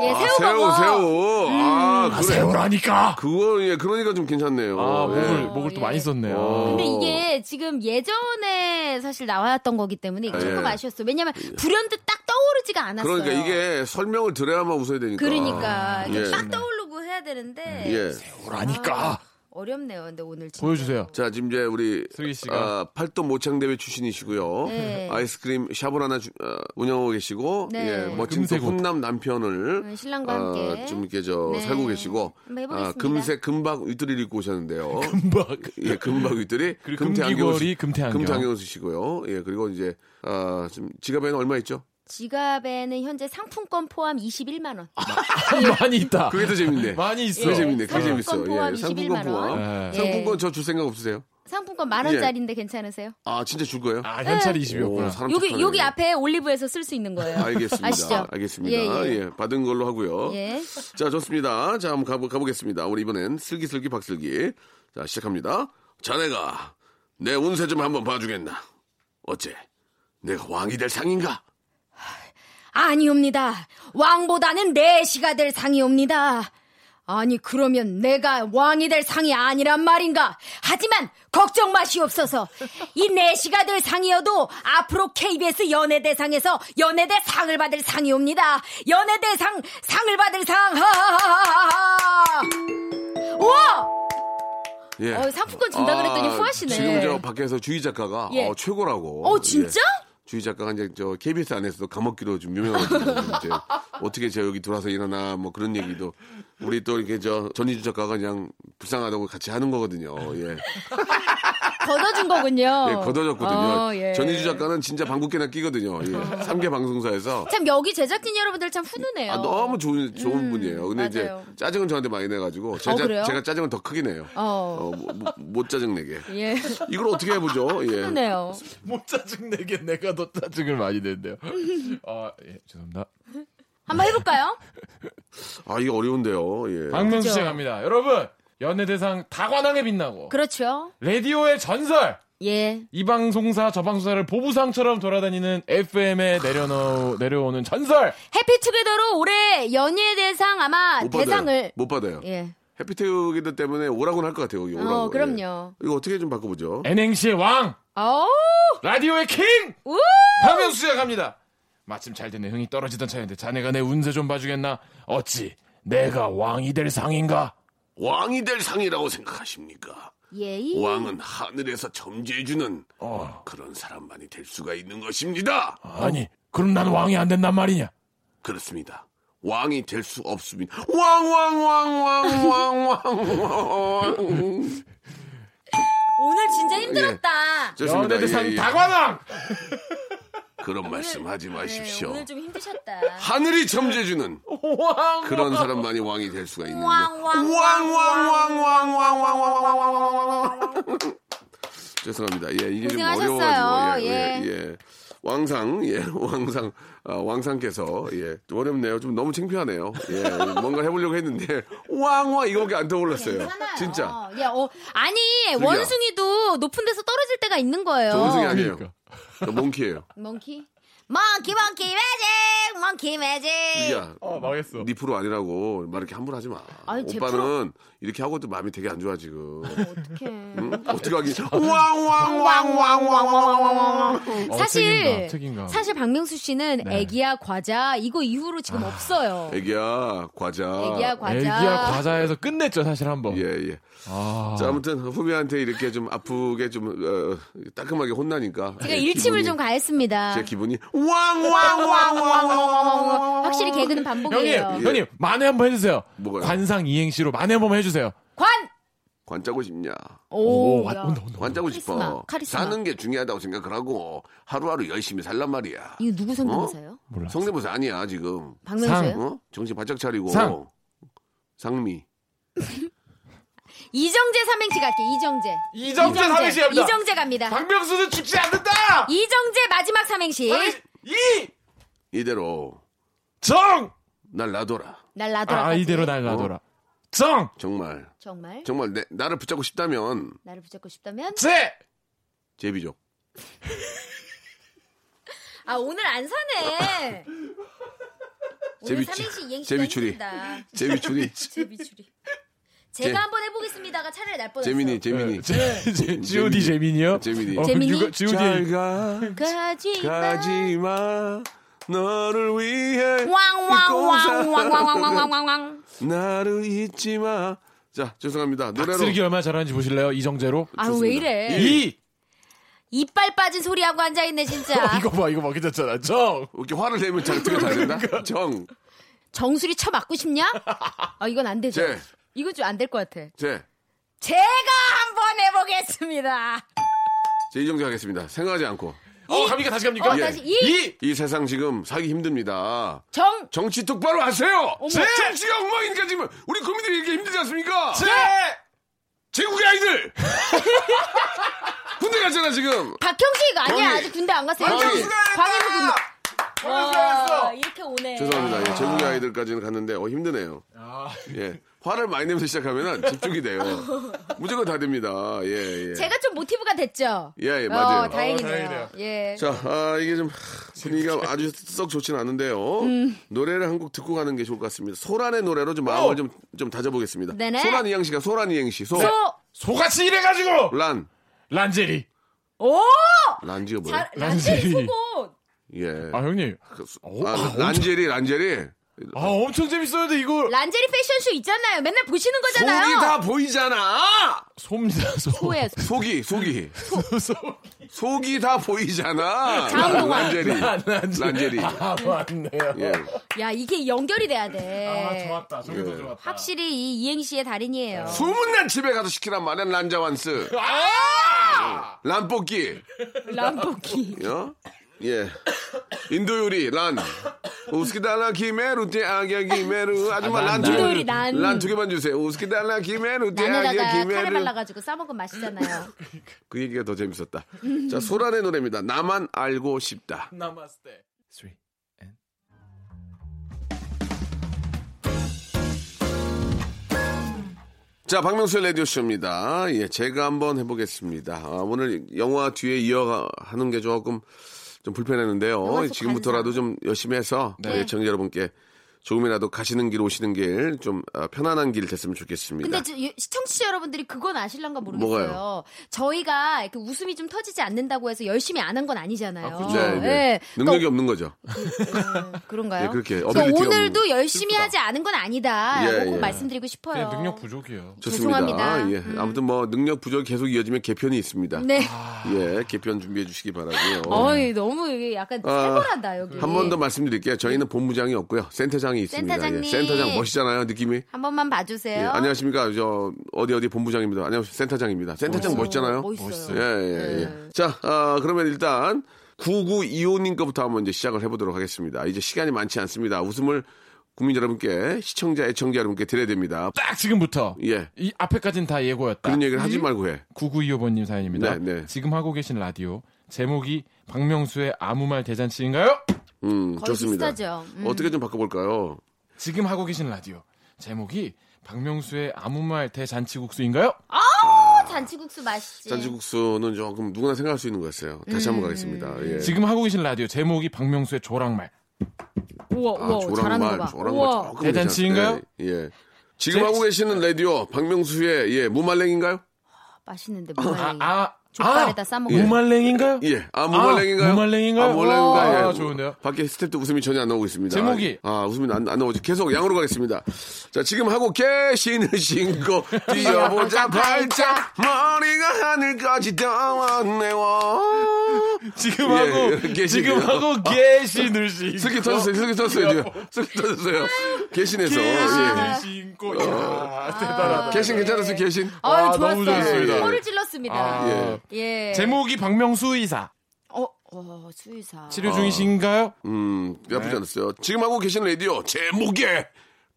[SPEAKER 5] 예,
[SPEAKER 3] 아,
[SPEAKER 5] 새우가
[SPEAKER 3] 새우
[SPEAKER 5] 뭐-
[SPEAKER 3] 새우. 아
[SPEAKER 4] 아,
[SPEAKER 3] 그래.
[SPEAKER 4] 새우라니까.
[SPEAKER 3] 그거 예 그러니까 좀 괜찮네요.
[SPEAKER 4] 아, 목을
[SPEAKER 3] 예.
[SPEAKER 4] 목을 또
[SPEAKER 5] 예.
[SPEAKER 4] 많이 썼네요.
[SPEAKER 3] 어.
[SPEAKER 5] 근데 이게 지금 예전에 사실 나왔던 거기 때문에 이게
[SPEAKER 3] 예.
[SPEAKER 5] 조금 아쉬웠어요. 왜냐면 불현듯 딱 떠오르지가 않았어요.
[SPEAKER 3] 그러니까 이게 설명을 들어야만 웃어야 되니까.
[SPEAKER 5] 그러니까 이게
[SPEAKER 3] 예.
[SPEAKER 5] 딱 떠오르고 해야 되는데 아,
[SPEAKER 3] 예. 아.
[SPEAKER 4] 새우라니까.
[SPEAKER 5] 어렵네요. 근데 오늘 진짜.
[SPEAKER 4] 보여주세요.
[SPEAKER 3] 자 지금 이제 우리
[SPEAKER 4] 슬기 씨가.
[SPEAKER 3] 아, 팔도 모창 대회 출신이시고요.
[SPEAKER 5] 네.
[SPEAKER 3] 아이스크림 샵을 하나 주- 어, 운영하고 계시고
[SPEAKER 5] 네.
[SPEAKER 3] 예, 멋진 또
[SPEAKER 4] 금색 옷.
[SPEAKER 3] 훈남 남편을 아,
[SPEAKER 5] 네, 신랑과 함께.
[SPEAKER 3] 좀 이렇게 저
[SPEAKER 5] 네.
[SPEAKER 3] 살고 계시고 아,
[SPEAKER 5] 한번 해보겠습니다.
[SPEAKER 3] 금색 금박 윗들이를 입고 오셨는데요.
[SPEAKER 4] 금박.
[SPEAKER 3] 예, 금박 윗들이
[SPEAKER 4] 그리고 금귀걸이, 금태 안경.
[SPEAKER 3] 금태 안경 쓰시고요. 예, 그리고 이제 아, 지금 지갑에는 얼마 있죠?
[SPEAKER 5] 지갑에는 현재 상품권 포함 21만 원.
[SPEAKER 3] 아.
[SPEAKER 4] 아, 많이 있다.
[SPEAKER 3] 그게 더 재밌네.
[SPEAKER 4] 많이 있어.
[SPEAKER 3] 그게 재밌네. 그게
[SPEAKER 5] 예, 상품권
[SPEAKER 3] 재밌어.
[SPEAKER 5] 포함
[SPEAKER 3] 예, 상품권
[SPEAKER 5] 21만 원.
[SPEAKER 3] 포함.
[SPEAKER 4] 예.
[SPEAKER 3] 상품권 저 줄 생각 없으세요?
[SPEAKER 5] 상품권 만 원짜리인데 괜찮으세요?
[SPEAKER 3] 아, 진짜 줄 거예요?
[SPEAKER 4] 아, 현찰이
[SPEAKER 3] 오,
[SPEAKER 4] 20이었구나.
[SPEAKER 3] 사람
[SPEAKER 5] 여기
[SPEAKER 3] 착하네.
[SPEAKER 5] 여기 앞에 올리브에서 쓸 수 있는 거예요.
[SPEAKER 3] 알겠습니다.
[SPEAKER 5] 아시죠?
[SPEAKER 3] 알겠습니다.
[SPEAKER 5] 예,
[SPEAKER 3] 예,
[SPEAKER 5] 예.
[SPEAKER 3] 받은 걸로 하고요.
[SPEAKER 5] 예.
[SPEAKER 3] 자, 좋습니다. 자, 한번 가보, 가보겠습니다. 우리 이번엔 슬기슬기 박슬기. 자, 시작합니다. 자네가 내 운세 좀 한번 봐주겠나? 어째? 내가 왕이 될 상인가?
[SPEAKER 5] 아니옵니다. 왕보다는 내시가 될 상이옵니다. 아니 그러면 내가 왕이 될 상이 아니란 말인가? 하지만 걱정 마시옵소서. 이 내시가 될 상이어도 앞으로 KBS 연예대상에서 연예대 상을 받을 상이옵니다. 연예대상 상을 받을 상. 하하하하하. 우와!
[SPEAKER 3] 예.
[SPEAKER 5] 어, 상품권 준다 그랬더니 후하시네.
[SPEAKER 3] 아, 지금 저 밖에서 주희 작가가
[SPEAKER 5] 예.
[SPEAKER 3] 어, 최고라고.
[SPEAKER 5] 어, 진짜?
[SPEAKER 3] 예. 주희 작가가 이제 저 KBS 안에서도 감옥기로 좀 유명하거든요. 이제 어떻게 저 여기 들어와서 일하나 뭐 그런 얘기도 우리 또 이렇게 저 전희주 작가가 그냥 불쌍하다고 같이 하는 거거든요. 예.
[SPEAKER 5] 걷어준 거군요.
[SPEAKER 3] 예, 걷어졌거든요.
[SPEAKER 5] 어, 예. 어.
[SPEAKER 3] 전희주 작가는 진짜 방국계나 끼거든요. 예. 삼개 방송사에서.
[SPEAKER 5] 참 여기 제작진 여러분들 참 훈훈해요.
[SPEAKER 3] 아, 너무 좋은, 좋은 분이에요. 근데
[SPEAKER 5] 어. 음, 맞아요. 어,
[SPEAKER 3] 이제 짜증은 저한테 많이 내가지고. 제가,
[SPEAKER 5] 그래요?
[SPEAKER 3] 제가 짜증은 더 크게 내요.
[SPEAKER 5] 어.
[SPEAKER 3] 어, 뭐, 뭐, 못 짜증내게.
[SPEAKER 5] 예. 네.
[SPEAKER 3] 이걸 어떻게 해보죠? 예.
[SPEAKER 5] 훈훈해요.
[SPEAKER 4] 못 짜증 내게 내가 더 짜증을 많이 낸대요. 아, 예, 죄송합니다.
[SPEAKER 3] 네.
[SPEAKER 5] 한번 해볼까요?
[SPEAKER 3] 아, 이거 어려운데요. 예.
[SPEAKER 5] 아,
[SPEAKER 4] 박명수 씨
[SPEAKER 5] 그죠?
[SPEAKER 4] 갑니다. 여러분, 연예대상 다관왕에 빛나고
[SPEAKER 5] 그렇죠.
[SPEAKER 4] 라디오의 전설.
[SPEAKER 5] 예.
[SPEAKER 4] 이 방송사 저 방송사를 보부상처럼 돌아다니는 FM에 내려놓 내려오는 전설.
[SPEAKER 5] 해피투게더로 올해 연예대상 아마
[SPEAKER 3] 못 받아요.
[SPEAKER 5] 대상을
[SPEAKER 3] 못 받아요.
[SPEAKER 5] 예.
[SPEAKER 3] 해피투게더 때문에 오라고는 할 것 같아요. 여기 오라고.
[SPEAKER 5] 어, 그럼요.
[SPEAKER 3] 예. 이거 어떻게 좀 바꿔보죠?
[SPEAKER 4] NNC의 왕,
[SPEAKER 5] 어.
[SPEAKER 4] 라디오의 킹.
[SPEAKER 5] 우!
[SPEAKER 4] 박명수 씨가 갑니다. 마침 잘 됐네. 흥이 떨어지던 차인데 자네가 내 운세 좀 봐주겠나? 어찌 내가 왕이 될 상인가?
[SPEAKER 3] 왕이 될 상이라고 생각하십니까?
[SPEAKER 5] 예이.
[SPEAKER 3] 왕은 하늘에서 점지해주는
[SPEAKER 4] 어,
[SPEAKER 3] 그런 사람만이 될 수가 있는 것입니다.
[SPEAKER 4] 아니, 그럼 난 왕이 안 된단 말이냐?
[SPEAKER 3] 그렇습니다. 왕이 될 수 없습니다. 왕 왕 왕 왕 왕 왕 왕
[SPEAKER 5] 오늘 진짜
[SPEAKER 3] 예.
[SPEAKER 5] 힘들었다.
[SPEAKER 3] 좋습니다.
[SPEAKER 4] 연예대상
[SPEAKER 3] 예, 예.
[SPEAKER 4] 다관왕.
[SPEAKER 3] 그런 말씀하지 마십시오.
[SPEAKER 5] 네, 오늘 좀 힘드셨다.
[SPEAKER 3] 하늘이 점재주는
[SPEAKER 4] 왕.
[SPEAKER 3] 그런 사람만이 왕이 될 수가 있는
[SPEAKER 5] 왕, 왕, 왕,
[SPEAKER 3] 왕왕왕왕왕왕왕왕왕왕왕왕왕왕 죄송합니다. 예, 이게 좀
[SPEAKER 5] 고생하셨어요.
[SPEAKER 3] 어려워가지고 예,
[SPEAKER 5] 예.
[SPEAKER 3] 예, 예. 왕상, 예, 왕상, 아, 왕상께서 예, 좀 어렵네요. 좀 너무 창피하네요. 예, 뭔가 해보려고 했는데 왕왕 이거밖에 안 떠올랐어요.
[SPEAKER 5] 괜찮아요.
[SPEAKER 3] 진짜
[SPEAKER 5] 예, 어, 아니 원숭이도 높은 데서 떨어질 때가 있는 거예요.
[SPEAKER 3] 저 원숭이 아니에요. 저 몽키예요.
[SPEAKER 5] 몽키? 몽키 몽키 매직 몽키 매직.
[SPEAKER 3] 이야,
[SPEAKER 4] 어 망했어.
[SPEAKER 3] 네 프로 아니라고 말 이렇게 함부로 하지 마.
[SPEAKER 5] 아니, 제
[SPEAKER 3] 오빠는 이렇게 하고도 마음이 되게 안 좋아 지금.
[SPEAKER 5] 어떡해.
[SPEAKER 3] 응? 어떻게 하긴 왕왕왕왕왕왕왕왕
[SPEAKER 5] 사실
[SPEAKER 4] 어, 책임감, 네. 책임감.
[SPEAKER 5] 사실 박명수 씨는 애기야 과자 이거 이후로 지금 없어요.
[SPEAKER 3] 애기야 과자
[SPEAKER 5] 애기야 과자.
[SPEAKER 4] 아, 애기야 과자에서 끝냈죠 사실 한번.
[SPEAKER 3] 예예
[SPEAKER 4] 아.
[SPEAKER 3] 자 아무튼 후배한테 이렇게 좀 아프게 좀 어, 따끔하게 혼나니까
[SPEAKER 5] 제가
[SPEAKER 4] 네,
[SPEAKER 3] 예,
[SPEAKER 5] 일침을
[SPEAKER 3] 기분이-
[SPEAKER 5] 좀 가했습니다.
[SPEAKER 3] 제 기분이 왕왕왕왕왕왕
[SPEAKER 5] 확실히 개그는 반복이에요.
[SPEAKER 4] 형님, 예. 형님 만회 한번 해주세요.
[SPEAKER 3] 뭐가요?
[SPEAKER 4] 관상 이행시로 만회 한번 해주세요.
[SPEAKER 5] 관.
[SPEAKER 3] 관짜고 싶냐
[SPEAKER 5] 오.
[SPEAKER 4] 와- 어,
[SPEAKER 5] 야.
[SPEAKER 4] 온다, 온다.
[SPEAKER 3] 관짜고
[SPEAKER 5] 카리스마,
[SPEAKER 3] 싶어
[SPEAKER 5] 카리스마.
[SPEAKER 3] 사는 게 중요하다고 생각을 하고 하루하루 열심히 살란 말이야
[SPEAKER 5] 이거 누구
[SPEAKER 4] 어?
[SPEAKER 5] 성대모사예요?
[SPEAKER 4] 몰라.
[SPEAKER 3] 성대모사 아니야 지금
[SPEAKER 5] 박명수예요?
[SPEAKER 3] 어? 정신 바짝 차리고
[SPEAKER 4] 상.
[SPEAKER 3] 상미
[SPEAKER 5] 이정재 삼행시 갈게. 이정재.
[SPEAKER 4] 이정재 삼행시 갑니다.
[SPEAKER 5] 이정재 갑니다.
[SPEAKER 4] 박명수는 죽지 않는다.
[SPEAKER 5] 이정재 마지막 삼행시.
[SPEAKER 3] 이대로
[SPEAKER 4] 이정.
[SPEAKER 3] 날 놔둬라
[SPEAKER 5] 날 놔둬라.
[SPEAKER 4] 아
[SPEAKER 5] 까지.
[SPEAKER 4] 이대로 날 놔둬라. 정.
[SPEAKER 3] 정말
[SPEAKER 5] 정말
[SPEAKER 3] 정말 내, 나를 붙잡고 싶다면
[SPEAKER 5] 나를 붙잡고 싶다면
[SPEAKER 4] 재.
[SPEAKER 3] 제비족
[SPEAKER 5] 아 오늘 안 사네. 오늘
[SPEAKER 3] 제비추-
[SPEAKER 5] 삼행시 이행시
[SPEAKER 3] 제비추리. 제비추리
[SPEAKER 5] 제비추리. 제가
[SPEAKER 3] 제-
[SPEAKER 5] 한번 해보겠습니다가 차라리 날 뻔했어.
[SPEAKER 3] 재민이
[SPEAKER 4] 네,
[SPEAKER 3] 재민이
[SPEAKER 4] G.O.D 재민이요.
[SPEAKER 3] 재민이.
[SPEAKER 4] 어, 그럼
[SPEAKER 5] 재민이?
[SPEAKER 4] 유가- G.O.D.
[SPEAKER 3] 잘가
[SPEAKER 5] 가지 마.
[SPEAKER 3] 가지마 너를 위해
[SPEAKER 5] 왕왕왕왕왕왕왕왕왕.
[SPEAKER 3] 나를 잊지마 자 죄송합니다 노래로
[SPEAKER 4] 박슬기 얼마나 잘하는지 보실래요? 이정재로.
[SPEAKER 5] 아유 예. 왜 이래?
[SPEAKER 4] 이.
[SPEAKER 5] 이빨 빠진 소리하고 앉아 있네 진짜.
[SPEAKER 4] 어, 이거 봐 이거 봐 괜찮잖아. 정.
[SPEAKER 3] 이렇게 화를 내면 잘 어떻게 잘 된다 정제
[SPEAKER 5] 정수리 쳐 맞고 싶냐? 아 이건 안 되죠. 이건 좀 안 될 것 같아.
[SPEAKER 3] 제,
[SPEAKER 5] 제가 한번 해보겠습니다.
[SPEAKER 3] 제 이정도 하겠습니다 생각하지 않고 예.
[SPEAKER 4] 어 갑니까 다시 갑니까?
[SPEAKER 5] 어, 다시 이.
[SPEAKER 3] 이 세상 지금 살기 힘듭니다
[SPEAKER 5] 정.
[SPEAKER 3] 정치 똑바로 하세요
[SPEAKER 5] 제!
[SPEAKER 3] 정치가 엉망이니까 지금 우리 국민들이 이렇게 힘들지 않습니까 예! 제국의 아이들 군대 갔잖아 지금
[SPEAKER 5] 박형수 이거 아니야
[SPEAKER 3] 광희.
[SPEAKER 5] 아직 군대 안 갔어요.
[SPEAKER 3] 광희.
[SPEAKER 5] 광희는 군대. 와 이렇게 오네.
[SPEAKER 3] 죄송합니다. 예, 제국의 아이들까지는 갔는데 어 힘드네요. 예. 화를 많이 내면서 시작하면은 집중이 돼요. 무조건 다 됩니다. 예, 예.
[SPEAKER 5] 제가 좀 모티브가 됐죠.
[SPEAKER 3] 예, 예, 맞아요.
[SPEAKER 5] 어, 다행이네요.
[SPEAKER 4] 어, 다행이네요.
[SPEAKER 5] 예.
[SPEAKER 3] 자, 아, 이게 좀 하, 분위기가 아주 썩 좋진 않은데요.
[SPEAKER 5] 음.
[SPEAKER 3] 노래를 한 곡 듣고 가는 게 좋을 것 같습니다. 소란의 노래로 좀 마음을 좀, 좀 다져보겠습니다.
[SPEAKER 5] 네네.
[SPEAKER 3] 소란 이행시가 소란 이행시. 소.
[SPEAKER 5] 소.
[SPEAKER 4] 소같이 일해가지고
[SPEAKER 3] 란.
[SPEAKER 4] 란제리.
[SPEAKER 5] 오.
[SPEAKER 3] 란지가 뭐예요?
[SPEAKER 5] 잘 라지
[SPEAKER 4] 라지.
[SPEAKER 5] 속옷.
[SPEAKER 3] 예.
[SPEAKER 4] 아 형님.
[SPEAKER 3] 그 소-
[SPEAKER 4] 어,
[SPEAKER 3] 아,
[SPEAKER 4] 아, 엄청-
[SPEAKER 3] 란제리, 란제리.
[SPEAKER 4] 아 엄청 재밌었는데 이거
[SPEAKER 5] 란제리 패션쇼 있잖아요. 맨날 보시는
[SPEAKER 3] 속이
[SPEAKER 5] 거잖아요.
[SPEAKER 3] 다 보이잖아!
[SPEAKER 4] 솜니다 솜.
[SPEAKER 5] 뭐예요?
[SPEAKER 3] 속이, 속이. 속이 다 보이잖아.
[SPEAKER 5] 자음동화.
[SPEAKER 3] 란제리. 란제리.
[SPEAKER 4] 아 맞네요.
[SPEAKER 3] 예.
[SPEAKER 5] 야 이게 연결이 돼야 돼.
[SPEAKER 4] 저기도 아, 좋았다.
[SPEAKER 5] 확실히 이 이행시의 달인이에요.
[SPEAKER 3] 소문난 집에 가서 시키란 말이야, 란자완스. 란뽑기.
[SPEAKER 5] 람보기.
[SPEAKER 3] 어? 예. 인도 요리, 란. 우스키달라 기메루 테 아기야 기메루 아줌마
[SPEAKER 4] 아, 난,
[SPEAKER 3] 란두
[SPEAKER 4] 난.
[SPEAKER 5] 인도 요리, 난.
[SPEAKER 3] 란두 개만 주세요 우스키달라 기메루 테 아기야
[SPEAKER 5] 난에다가 카레
[SPEAKER 3] 기메루
[SPEAKER 5] 발라가지고 싸먹으면 맛있잖아요.
[SPEAKER 3] 그 얘기가 더 재밌었다 자 소란의 노래입니다 나만 알고 싶다
[SPEAKER 4] 나마스테. 3 and
[SPEAKER 3] 자, 박명수의 라디오쇼입니다. 예, 제가 한번 해보겠습니다. 아, 오늘 영화 뒤에 이어하는 게 조금 좀
[SPEAKER 5] 영화
[SPEAKER 3] 불편했는데요.
[SPEAKER 5] 속
[SPEAKER 3] 지금부터라도 좀 열심히 해서
[SPEAKER 5] 네.
[SPEAKER 3] 예, 청자 여러분께 조금이라도 가시는 길 오시는 길 좀 아, 편안한 길 됐으면 좋겠습니다.
[SPEAKER 5] 근데 저- 이- 시청취자 여러분들이 그건 아실란가 모르겠어요.
[SPEAKER 3] 뭐가요?
[SPEAKER 5] 저희가 이렇게 웃음이 좀 터지지 않는다고 해서 열심히 안 한 건 아니잖아요.
[SPEAKER 3] 네, 네.
[SPEAKER 5] 예.
[SPEAKER 3] 능력이 없는 거죠.
[SPEAKER 5] 음, 그런가요?
[SPEAKER 3] 예, 그렇게
[SPEAKER 5] 그래서
[SPEAKER 3] 어빌리티
[SPEAKER 5] 오늘도
[SPEAKER 3] 없는.
[SPEAKER 5] 열심히 하지 않은 건 아니다.
[SPEAKER 3] 예,
[SPEAKER 5] 꼭
[SPEAKER 3] 예.
[SPEAKER 5] 말씀드리고 싶어요.
[SPEAKER 4] 그냥 능력 부족이에요.
[SPEAKER 3] 좋습니다.
[SPEAKER 5] 죄송합니다. 음.
[SPEAKER 3] 예, 아무튼 뭐 능력 부족이 계속 이어지면 개편이 있습니다.
[SPEAKER 5] 네.
[SPEAKER 3] 예, 개편 준비해 주시기 바라고요.
[SPEAKER 5] 어이 너무 이게 약간
[SPEAKER 3] 예. 아,
[SPEAKER 5] 살벌하다 여기.
[SPEAKER 3] 한 번 더 말씀드릴게요. 저희는 본부장이 없고요. 센터장 센터장이 있습니다.
[SPEAKER 5] 센터장님.
[SPEAKER 3] 예, 센터장 멋있잖아요, 느낌이.
[SPEAKER 5] 한 번만
[SPEAKER 3] 예,
[SPEAKER 5] 봐주세요.
[SPEAKER 3] 안녕하십니까. 저 어디 어디 본부장입니다. 안녕하십니까. 센터장입니다. 센터장 멋있잖아요.
[SPEAKER 5] 멋있어요. 네.
[SPEAKER 3] 예, 예, 예. 자, 아, 그러면 일단 9925님 거부터 한번 이제 시작을 해보도록 하겠습니다. 이제 시간이 많지 않습니다. 웃음을 국민 여러분께 시청자 애청자 여러분께 드려야 됩니다.
[SPEAKER 4] 딱 지금부터
[SPEAKER 3] 예.
[SPEAKER 4] 이 앞에까지는 다 예고였다.
[SPEAKER 3] 그런 얘기를
[SPEAKER 5] 음?
[SPEAKER 3] 하지 말고 해.
[SPEAKER 4] 9925번님
[SPEAKER 3] 네,
[SPEAKER 4] 사연입니다.
[SPEAKER 3] 네.
[SPEAKER 4] 지금 하고 계신 라디오 제목이 박명수의 아무 말 대잔치인가요?
[SPEAKER 3] 음,
[SPEAKER 5] 거의
[SPEAKER 3] 좋습니다.
[SPEAKER 5] 비슷하죠. 음.
[SPEAKER 3] 어떻게 좀 바꿔볼까요?
[SPEAKER 4] 지금 하고 계신 라디오 제목이 박명수의 아무 말 대잔치국수인가요?
[SPEAKER 5] 잔치국수 맛있지.
[SPEAKER 3] 잔치국수는 조금 누구나 생각할 수 있는 거였어요. 다시 한번 가겠습니다.
[SPEAKER 5] 음.
[SPEAKER 3] 예.
[SPEAKER 4] 지금 하고 계신 라디오 제목이 박명수의 조랑말.
[SPEAKER 5] 우와,
[SPEAKER 3] 아,
[SPEAKER 5] 우와, 뭐, 잘하는 거
[SPEAKER 3] 조랑말,
[SPEAKER 5] 봐.
[SPEAKER 3] 조랑말
[SPEAKER 5] 우와.
[SPEAKER 3] 조금
[SPEAKER 4] 대잔치인가요?
[SPEAKER 3] 괜찮- 예. 예. 지금
[SPEAKER 4] 제-
[SPEAKER 3] 하고 계시는 라디오 박명수의 예 무말랭인가요?
[SPEAKER 5] 맛있는데 뭐가
[SPEAKER 4] 아,
[SPEAKER 5] 네. 족발에다 싸먹어요.
[SPEAKER 4] 무말랭인가요?
[SPEAKER 3] 예, 아 무말랭인가요?
[SPEAKER 4] 아, 무말랭인가요?
[SPEAKER 3] 아, 무말랭인가요?
[SPEAKER 4] 와,
[SPEAKER 3] 예.
[SPEAKER 4] 좋은데요?
[SPEAKER 3] 밖에 스탭도 웃음이 전혀 안 나오고 있습니다.
[SPEAKER 4] 제목이?
[SPEAKER 3] 아 웃음이 안, 안 나오죠. 계속 양으로 가겠습니다. 자 지금 하고 계시는 신고 뛰어보자 발짝 머리가 하늘까지 떠왔네요.
[SPEAKER 4] 지금
[SPEAKER 3] 예,
[SPEAKER 4] 하고
[SPEAKER 3] 이렇게
[SPEAKER 4] 지금
[SPEAKER 3] 계시네요. 아,
[SPEAKER 4] 하고 계시는 시.
[SPEAKER 3] 슬기 터졌어요. 슬기 터졌어요. 지금. 슬기 터졌어요. 계신에서. 예. 어.
[SPEAKER 4] 신고. 야, 대단하다.
[SPEAKER 3] 계신 괜찮았어요. 계신.
[SPEAKER 5] 아유,
[SPEAKER 4] 와,
[SPEAKER 5] 좋았어요.
[SPEAKER 4] 너무 좋았습니다.
[SPEAKER 5] 소를 질렀습니다.
[SPEAKER 4] 아,
[SPEAKER 3] 예.
[SPEAKER 5] 예.
[SPEAKER 4] 제목이 박명수 의사.
[SPEAKER 5] 어, 어, 수의사.
[SPEAKER 4] 치료 중이신가요?
[SPEAKER 3] 음, 나쁘지
[SPEAKER 4] 네.
[SPEAKER 3] 않았어요. 지금 하고 계신 라디오 제목에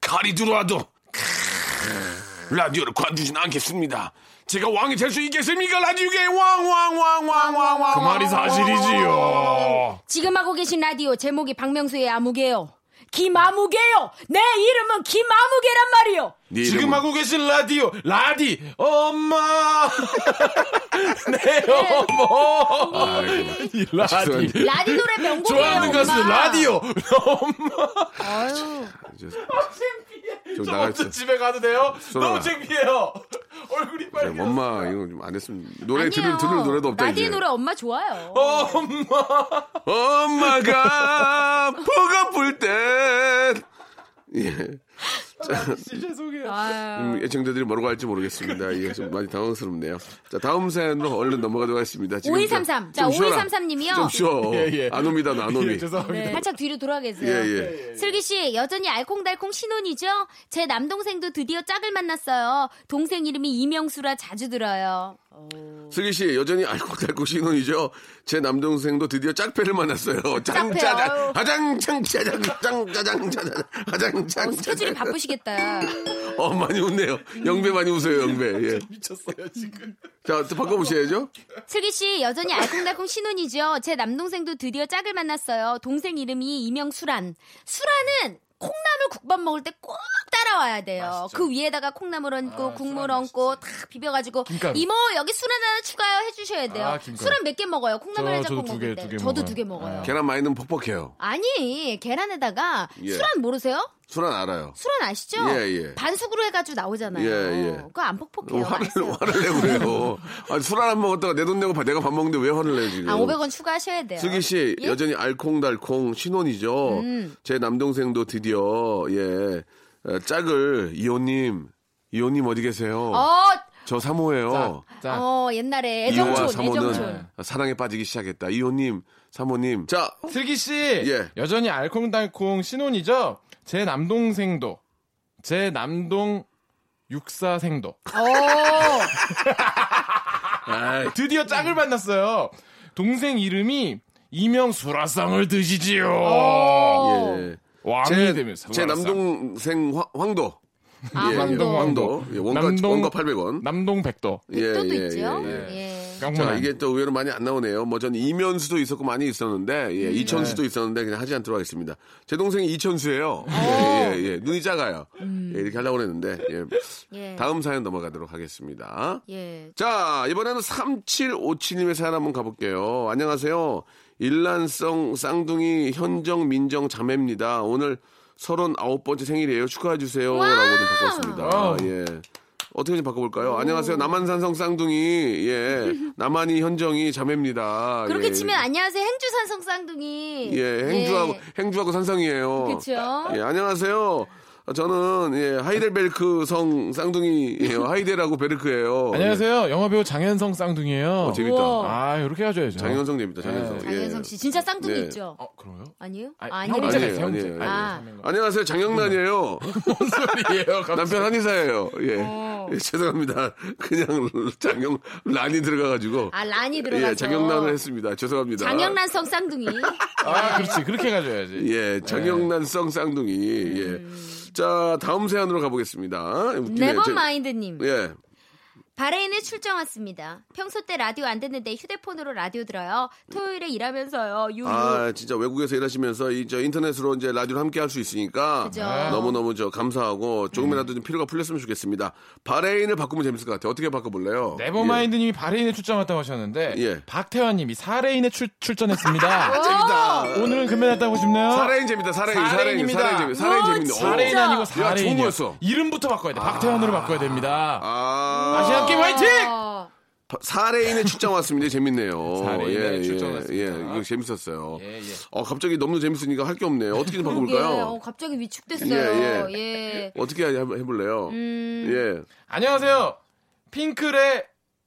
[SPEAKER 3] 칼이 들어와도 크으, 라디오를 관두진 않겠습니다. 제가 왕이 될 수 있겠습니까? 라디오계 왕왕왕왕왕왕.
[SPEAKER 4] 그 말이 사실이지요.
[SPEAKER 5] 지금 하고 계신 라디오 제목이 박명수의 아무개요. 김아무개요. 내 이름은 김아무개란 말이요.
[SPEAKER 3] 네
[SPEAKER 4] 지금
[SPEAKER 3] 이름은-
[SPEAKER 4] 하고 계신 라디오 라디 엄마 내
[SPEAKER 3] 아,
[SPEAKER 4] 어머 이 라디
[SPEAKER 3] 죄송합니다.
[SPEAKER 5] 라디 노래 명곡이에요.
[SPEAKER 4] 좋아하는 것은
[SPEAKER 5] 엄마.
[SPEAKER 4] 라디오 엄마
[SPEAKER 5] 아유.
[SPEAKER 3] 네. 좀
[SPEAKER 4] 저
[SPEAKER 3] 나가있어.
[SPEAKER 4] 아무튼 집에 가도 돼요?
[SPEAKER 3] 수아.
[SPEAKER 4] 너무 창피해요 얼굴이 빨개
[SPEAKER 3] 네, 엄마 이거 좀 안 했으면 노래
[SPEAKER 5] 아니에요.
[SPEAKER 3] 예, 들을 들을 노래도 없다
[SPEAKER 5] 라디오
[SPEAKER 3] 이제. 어,
[SPEAKER 5] 노래 엄마 좋아요.
[SPEAKER 3] 엄마가 보고플 땐 예.
[SPEAKER 4] 죄송해요
[SPEAKER 5] 아유.
[SPEAKER 3] 음, 애청자들이 뭐라고 할지 모르겠습니다. 예, 좀 많이 당황스럽네요. 자, 다음 사연으로 얼른 넘어가도록 하겠습니다. 지금
[SPEAKER 5] 5233. 자,
[SPEAKER 3] 좀 쉬어라.
[SPEAKER 5] 5233 님이요.
[SPEAKER 3] 좀 쉬어.
[SPEAKER 4] 예, 예.
[SPEAKER 3] 안 옵니다, 나안 오미.
[SPEAKER 4] 예, 죄송합니다 네.
[SPEAKER 5] 네. 살짝 뒤로 돌아 계세요.
[SPEAKER 3] 음. 예, 예.
[SPEAKER 5] 슬기 씨 여전히 알콩달콩 신혼이죠? 제 남동생도 드디어 짝을 만났어요. 동생 이름이 이명수라 자주 들어요.
[SPEAKER 3] 슬기 씨, 여전히 알콩달콩 신혼이죠? 제 남동생도 드디어 짝패를 만났어요.
[SPEAKER 5] 짝패요.
[SPEAKER 3] 짱짜장, 하장짱짜장, 짱짜장짜장, 하장짱짜장.
[SPEAKER 5] 어, 스케줄이 바쁘시겠다.
[SPEAKER 3] 어, 많이 웃네요. 영배 많이 웃어요, 영배. 예.
[SPEAKER 4] 미쳤어요 지금
[SPEAKER 3] 자, 또 바꿔보셔야죠.
[SPEAKER 5] 슬기 씨 여전히 알콩달콩 신혼이죠? 제 남동생도 드디어 짝을 만났어요. 동생 이름이 이명수란. 수란은 콩나물 국밥 먹을 때 꼭 따라와야 돼요. 그 위에다가 콩나물 얹고
[SPEAKER 4] 아,
[SPEAKER 5] 국물 얹고 다 비벼가지고
[SPEAKER 4] 김가루.
[SPEAKER 5] 이모 여기 수란 하나 추가요 해주셔야 돼요.
[SPEAKER 4] 아, 김가루.
[SPEAKER 5] 수란 몇 개 먹어요? 콩나물
[SPEAKER 4] 저-
[SPEAKER 5] 해장국
[SPEAKER 4] 저도 두 개,
[SPEAKER 5] 먹을 때.
[SPEAKER 4] 두개
[SPEAKER 5] 저도
[SPEAKER 4] 먹어요. 네.
[SPEAKER 5] 두 개 먹어요.
[SPEAKER 3] 계란 많이는 퍽퍽해요.
[SPEAKER 5] 아니 계란에다가
[SPEAKER 3] 예.
[SPEAKER 5] 수란 모르세요?
[SPEAKER 3] 술안 알아요.
[SPEAKER 5] 수란 아시죠?
[SPEAKER 3] 예, 예.
[SPEAKER 5] 반숙으로 해가지고 나오잖아요.
[SPEAKER 3] 예, 예.
[SPEAKER 5] 그거 안 퍽퍽해요.
[SPEAKER 3] 화를,
[SPEAKER 5] 맛있어요.
[SPEAKER 3] 화를 내고 그래요. 아, 술안 먹었다가 내 돈 내고 봐. 내가 밥 먹는데 왜 화를 내요, 지금?
[SPEAKER 5] 아, 500원 추가하셔야 돼요.
[SPEAKER 3] 슬기 씨
[SPEAKER 5] 예? 음.
[SPEAKER 3] 여전히 알콩달콩 신혼이죠. 제 남동생도 드디어 예 어, 짝을 이호님 이호님 어디 계세요?
[SPEAKER 5] 어,
[SPEAKER 3] 저 사모예요.
[SPEAKER 4] 자
[SPEAKER 5] 어, 옛날에
[SPEAKER 3] 이호와
[SPEAKER 5] 애정촌,
[SPEAKER 3] 사모는
[SPEAKER 5] 애정촌.
[SPEAKER 3] 사랑에 빠지기 시작했다. 이호님 사모님 자
[SPEAKER 4] 슬기 씨
[SPEAKER 3] 예.
[SPEAKER 4] 여전히 알콩달콩 신혼이죠? 제 남동생도 제 남동 육사생도
[SPEAKER 5] 어,
[SPEAKER 4] 드디어 짝을 만났어요. 동생 이름이 이명수라상을 드시지요.
[SPEAKER 5] 어.
[SPEAKER 3] 예.
[SPEAKER 4] 왕이
[SPEAKER 3] 제,
[SPEAKER 4] 되면서
[SPEAKER 3] 제 남동생 황- 황도
[SPEAKER 5] 아,
[SPEAKER 3] 예,
[SPEAKER 5] 황도.
[SPEAKER 3] 예, 황도 예, 원가
[SPEAKER 4] 남동-
[SPEAKER 3] 원가 800원
[SPEAKER 4] 남동 백도.
[SPEAKER 5] 백도도 있죠.
[SPEAKER 3] 예, 예.
[SPEAKER 5] 예.
[SPEAKER 3] 자,
[SPEAKER 4] 깡문안.
[SPEAKER 3] 이게 또 의외로 많이 안 나오네요. 뭐 전 이면수도 있었고 많이 있었는데, 예, 이천수도 있었는데 그냥 하지 않도록 하겠습니다. 제 동생이 이천수예요. 예, 예, 예. 눈이 작아요. 예, 이렇게 하려고 그랬는데, 예.
[SPEAKER 5] 예.
[SPEAKER 3] 다음 사연 넘어가도록 하겠습니다.
[SPEAKER 5] 예.
[SPEAKER 3] 자, 이번에는 3757님의 사연 한번 가볼게요. 안녕하세요. 일란성 쌍둥이 현정 민정 자매입니다. 오늘 39번째 생일이에요. 축하해주세요. 라고 좀 바꿨습니다.
[SPEAKER 4] 와우.
[SPEAKER 3] 예. 어떻게 좀 바꿔볼까요?
[SPEAKER 5] 음.
[SPEAKER 3] 안녕하세요. 남한산성 쌍둥이, 예. 남한이 현정이 자매입니다.
[SPEAKER 5] 그렇게
[SPEAKER 3] 예.
[SPEAKER 5] 치면 안녕하세요. 행주산성 쌍둥이. 예.
[SPEAKER 3] 예, 행주하고, 행주하고 산성이에요.
[SPEAKER 5] 그쵸?
[SPEAKER 3] 예, 안녕하세요. 아, 저는 예, 하이델베르크 성 쌍둥이예요. 하이델하고 베르크예요.
[SPEAKER 4] 안녕하세요. 영화배우 장현성 쌍둥이에요.
[SPEAKER 3] 어, 재밌다.
[SPEAKER 5] 우와.
[SPEAKER 4] 아, 이렇게 해줘야죠.
[SPEAKER 3] 장현성 됩니다. 장현성. 예.
[SPEAKER 5] 네, 장현성 씨 진짜 쌍둥이
[SPEAKER 3] 네.
[SPEAKER 5] 있죠?
[SPEAKER 4] 어, 그런가요?
[SPEAKER 5] 아니에요?
[SPEAKER 4] 아니,
[SPEAKER 5] 아,
[SPEAKER 4] 형제가
[SPEAKER 5] 아니에요.
[SPEAKER 3] 아니에요,
[SPEAKER 4] 있어요, 형제.
[SPEAKER 3] 아니에요,
[SPEAKER 5] 아.
[SPEAKER 4] 삼형제.
[SPEAKER 3] 안녕하세요. 장영란이에요.
[SPEAKER 4] 뭔 소리예요? 갑자기.
[SPEAKER 3] 남편 한의사예요. 예.
[SPEAKER 5] 어.
[SPEAKER 3] 예, 죄송합니다. 그냥 장영란이 들어가가지고.
[SPEAKER 5] 아, 란이 들어가서.
[SPEAKER 3] 예, 장영란을 했습니다. 죄송합니다.
[SPEAKER 5] 장영란 성 쌍둥이.
[SPEAKER 4] 아, 그렇지. 그렇게 해가줘야지.
[SPEAKER 3] 예,
[SPEAKER 5] 네.
[SPEAKER 3] 장영란 성 쌍둥이.
[SPEAKER 5] 음.
[SPEAKER 3] 예. 자, 다음 세안으로 가보겠습니다. 웃기네. 저-
[SPEAKER 5] 네버마인드님.
[SPEAKER 3] 예.
[SPEAKER 5] 바레인에 출장 왔습니다. 평소 때 라디오 안 듣는데 휴대폰으로 라디오 들어요. 토요일에 일하면서요. 유유.
[SPEAKER 3] 아, 진짜 외국에서 일하시면서 이 저 인터넷으로 이제 라디오를 함께 할 수 있으니까
[SPEAKER 5] 그죠. 네.
[SPEAKER 3] 너무너무 저 감사하고 조금이라도 좀 피로가 풀렸으면 좋겠습니다. 바레인을 바꾸면 재밌을 것 같아요. 어떻게 바꿔볼래요?
[SPEAKER 4] 네버마인드님이 바레인에 출장 왔다고 하셨는데
[SPEAKER 3] 예.
[SPEAKER 4] 박태환님이 사레인에 출, 출전했습니다.
[SPEAKER 5] 어!
[SPEAKER 3] 재밌다.
[SPEAKER 4] 오늘은 금메달 따고 싶네요.
[SPEAKER 3] 사레인 재밌다. 사레인, 사레인,
[SPEAKER 4] 어? 사레인입니다.
[SPEAKER 3] 사레인 재밌다. 사레인
[SPEAKER 5] 우와,
[SPEAKER 3] 재밌다.
[SPEAKER 5] 사레인.
[SPEAKER 4] 사레인 아니고
[SPEAKER 3] 진짜. 야,
[SPEAKER 4] 사레인.
[SPEAKER 3] 좋은 거였어.
[SPEAKER 4] 이름부터 바꿔야 돼. 박태환으로 바꿔야 됩니다.
[SPEAKER 3] 아,
[SPEAKER 4] 아시안 게임 화이팅!
[SPEAKER 5] 어,
[SPEAKER 3] 바- 사레인에 출장 왔습니다. 재밌네요.
[SPEAKER 4] 사레인에
[SPEAKER 3] 예,
[SPEAKER 4] 출장
[SPEAKER 3] 예,
[SPEAKER 4] 왔습니다.
[SPEAKER 3] 예, 이거 재밌었어요.
[SPEAKER 4] 예, 예.
[SPEAKER 3] 어, 갑자기 너무 재밌으니까 할 게 없네요. 어떻게 좀
[SPEAKER 5] 그러게. 어,
[SPEAKER 3] 바꿔볼까요?
[SPEAKER 5] 갑자기 위축됐어요.
[SPEAKER 3] 예,
[SPEAKER 5] 예.
[SPEAKER 3] 어떻게 해- 해볼래요? 예.
[SPEAKER 4] 안녕하세요. 핑클의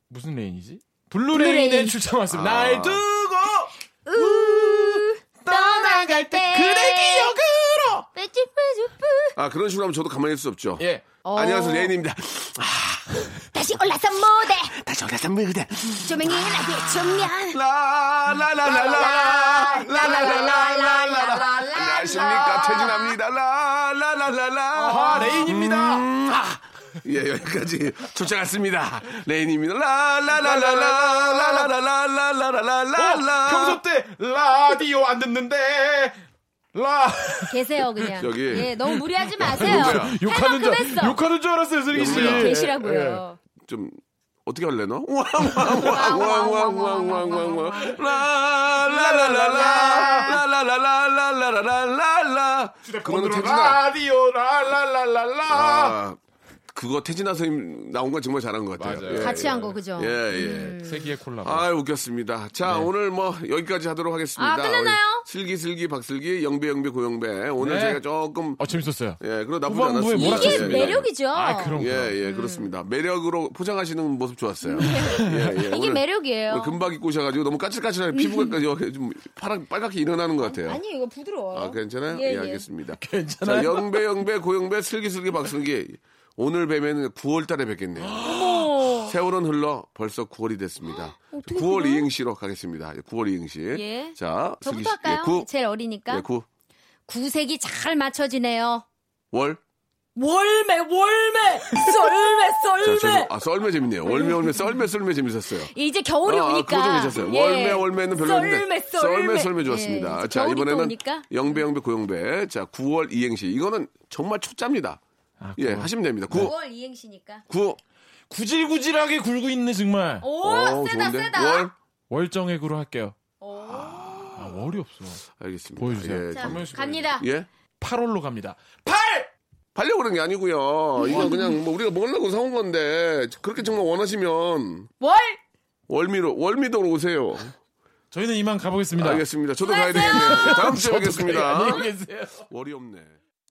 [SPEAKER 4] 무슨 레인이지?
[SPEAKER 5] 블루레인.
[SPEAKER 4] 블루레인에 출장 왔습니다.
[SPEAKER 3] 아.
[SPEAKER 4] 날 두고
[SPEAKER 5] 떠나갈
[SPEAKER 4] 때 네, 그대 기억으로
[SPEAKER 5] 네. 빼쭈빼쭈뿌.
[SPEAKER 3] 아, 그런 식으로 하면 저도 가만히 있을 수 없죠.
[SPEAKER 4] 예.
[SPEAKER 5] 어.
[SPEAKER 3] 안녕하세요. 레인입니다.
[SPEAKER 5] 다시 올라선 무대.
[SPEAKER 3] 다시 올라서 뭐 그대.
[SPEAKER 5] 조명이 라디오 조명.
[SPEAKER 3] 라라라라라라라라라라라라 안녕하십니까 태진합니다 라라라라라
[SPEAKER 4] 아,
[SPEAKER 3] 음.
[SPEAKER 4] 레인입니다.
[SPEAKER 3] 예 여기까지 쫓아갔습니다 레인입니다 라라라라라라라라라라라라
[SPEAKER 4] 어, 평소 때 라디오 안 듣는데 라
[SPEAKER 5] 계세요 그냥.
[SPEAKER 3] 저기. 아,
[SPEAKER 5] 예, 너무 무리하지 마세요.
[SPEAKER 3] 누구야?
[SPEAKER 5] 할
[SPEAKER 4] 욕하는
[SPEAKER 5] 만큼
[SPEAKER 4] 줄
[SPEAKER 5] 했어.
[SPEAKER 4] 욕하는 줄 알았어요 슬기 씨.
[SPEAKER 3] 누구야?
[SPEAKER 5] 계시라고요.
[SPEAKER 3] 좀 어떻게 할래 너? 라라라라라라라라라라라라라라라라라 그거는 태진아
[SPEAKER 4] 라디오 라라라라라.
[SPEAKER 3] 아, 그거 태진아 선생님 나온 건 정말 잘한 것 같아요.
[SPEAKER 4] 맞아요.
[SPEAKER 5] 같이 음. 한 거 그죠?
[SPEAKER 3] 예, 예.
[SPEAKER 4] 세기의 콜라보.
[SPEAKER 3] 아, 웃겼습니다.
[SPEAKER 4] 네.
[SPEAKER 3] 자, 오늘 뭐 여기까지 하도록 하겠습니다.
[SPEAKER 5] 아, 끝났나요?
[SPEAKER 3] 우리 슬기슬기 박슬기 영배 영배 고영배. 오늘
[SPEAKER 4] 네.
[SPEAKER 3] 저희가 조금
[SPEAKER 4] 어 재밌었어요.
[SPEAKER 3] 예, 그래도 나쁘지
[SPEAKER 4] 후반부에
[SPEAKER 3] 않았습니다.
[SPEAKER 5] 이게
[SPEAKER 4] 몰아쳤습니다.
[SPEAKER 5] 매력이죠.
[SPEAKER 4] 아 그런 거.
[SPEAKER 3] 예, 예, 그렇습니다. 매력으로 포장하시는 모습 좋았어요. 예, 예.
[SPEAKER 5] 음. 네. 이게
[SPEAKER 3] 오늘
[SPEAKER 5] 매력이에요.
[SPEAKER 3] 오늘 금박 입고 오셔가지고 너무 까칠까칠하게 피부가까지 이렇게 좀 파랑, 빨갛게 일어나는 것 같아요.
[SPEAKER 5] 아니 이거 부드러워요.
[SPEAKER 3] 아, 괜찮아요?
[SPEAKER 5] 예,
[SPEAKER 3] 예,
[SPEAKER 5] 예.
[SPEAKER 3] 알겠습니다.
[SPEAKER 4] 괜찮아요?
[SPEAKER 3] 자, 영배, 영배, 고영배, 슬기슬기, 박슬기. 오늘 뵈면 9월 달에 뵙겠네요. 세월은 흘러 벌써 9월이 됐습니다. 9월 이행시로 가겠습니다. 9월 이행시.
[SPEAKER 5] 예.
[SPEAKER 3] 자,
[SPEAKER 5] 저부터
[SPEAKER 3] 슬기 씨.
[SPEAKER 5] 할까요?
[SPEAKER 3] 예, 9.
[SPEAKER 5] 제일 어리니까.
[SPEAKER 3] 예, 9.
[SPEAKER 5] 구색이 잘 맞춰지네요.
[SPEAKER 3] 월.
[SPEAKER 5] 월매 월매 썰매
[SPEAKER 3] 자,
[SPEAKER 5] 썰매.
[SPEAKER 3] 죄송- 아, 썰매 재밌네요. 월매, 월매, 썰매, 썰매 재밌었어요.
[SPEAKER 5] 이제 겨울이
[SPEAKER 3] 아,
[SPEAKER 5] 오니까.
[SPEAKER 3] 그거 좀 괜찮았어요.
[SPEAKER 5] 예.
[SPEAKER 3] 월매 월매는 별로였는데
[SPEAKER 5] 썰매
[SPEAKER 3] 썰매
[SPEAKER 5] 썰매
[SPEAKER 3] 썰매
[SPEAKER 5] 예,
[SPEAKER 3] 좋았습니다.
[SPEAKER 5] 이제
[SPEAKER 3] 자
[SPEAKER 5] 겨울이 또
[SPEAKER 3] 이번에는
[SPEAKER 5] 오니까.
[SPEAKER 3] 영배 영배 고영배 자 9월 이행시 이거는 정말 초짜입니다.
[SPEAKER 4] 아,
[SPEAKER 3] 예 하시면 됩니다. 9
[SPEAKER 5] 9월 이행시니까.
[SPEAKER 3] 9
[SPEAKER 4] 구질구질하게 굴고 있네 정말.
[SPEAKER 5] 오, 세다 세다.
[SPEAKER 3] 월
[SPEAKER 4] 어. 월정액으로 할게요. 아 월이 없어.
[SPEAKER 3] 알겠습니다.
[SPEAKER 4] 보여주세요.
[SPEAKER 3] 예,
[SPEAKER 5] 자,
[SPEAKER 4] 박명수 씨
[SPEAKER 5] 갑니다.
[SPEAKER 3] 예?
[SPEAKER 4] 8월로 갑니다.
[SPEAKER 3] 팔려고 그런 게 아니고요. 이거 그냥 뭐 우리가 먹으려고 사온 건데 그렇게 정말 원하시면
[SPEAKER 5] 월.
[SPEAKER 3] 월미로 월미도로 오세요.
[SPEAKER 4] 저희는 이만 아, 가보겠습니다.
[SPEAKER 3] 알겠습니다. 저도 가야 되겠네요. 예, 다음 주에 뵙겠습니다.
[SPEAKER 4] 안녕히 계세요.
[SPEAKER 3] 월이 없네.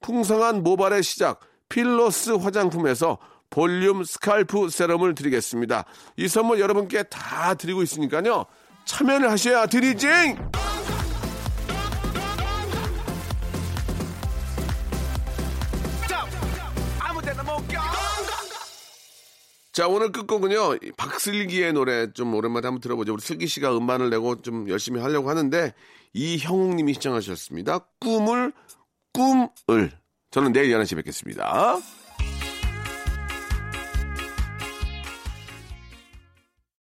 [SPEAKER 3] 풍성한 모발의 시작 필로스 화장품에서 볼륨 스칼프 세럼을 드리겠습니다. 이 선물 여러분께 다 드리고 있으니까요. 참여를 하셔야 드리지! 자, 오늘 끝곡은요. 이 박슬기의 노래 좀 오랜만에 한번 들어보죠. 우리 슬기 씨가 음반을 내고 좀 열심히 하려고 하는데 이형욱 님이 시청하셨습니다. 꿈을 꿈을 저는 내일 11시에 뵙겠습니다.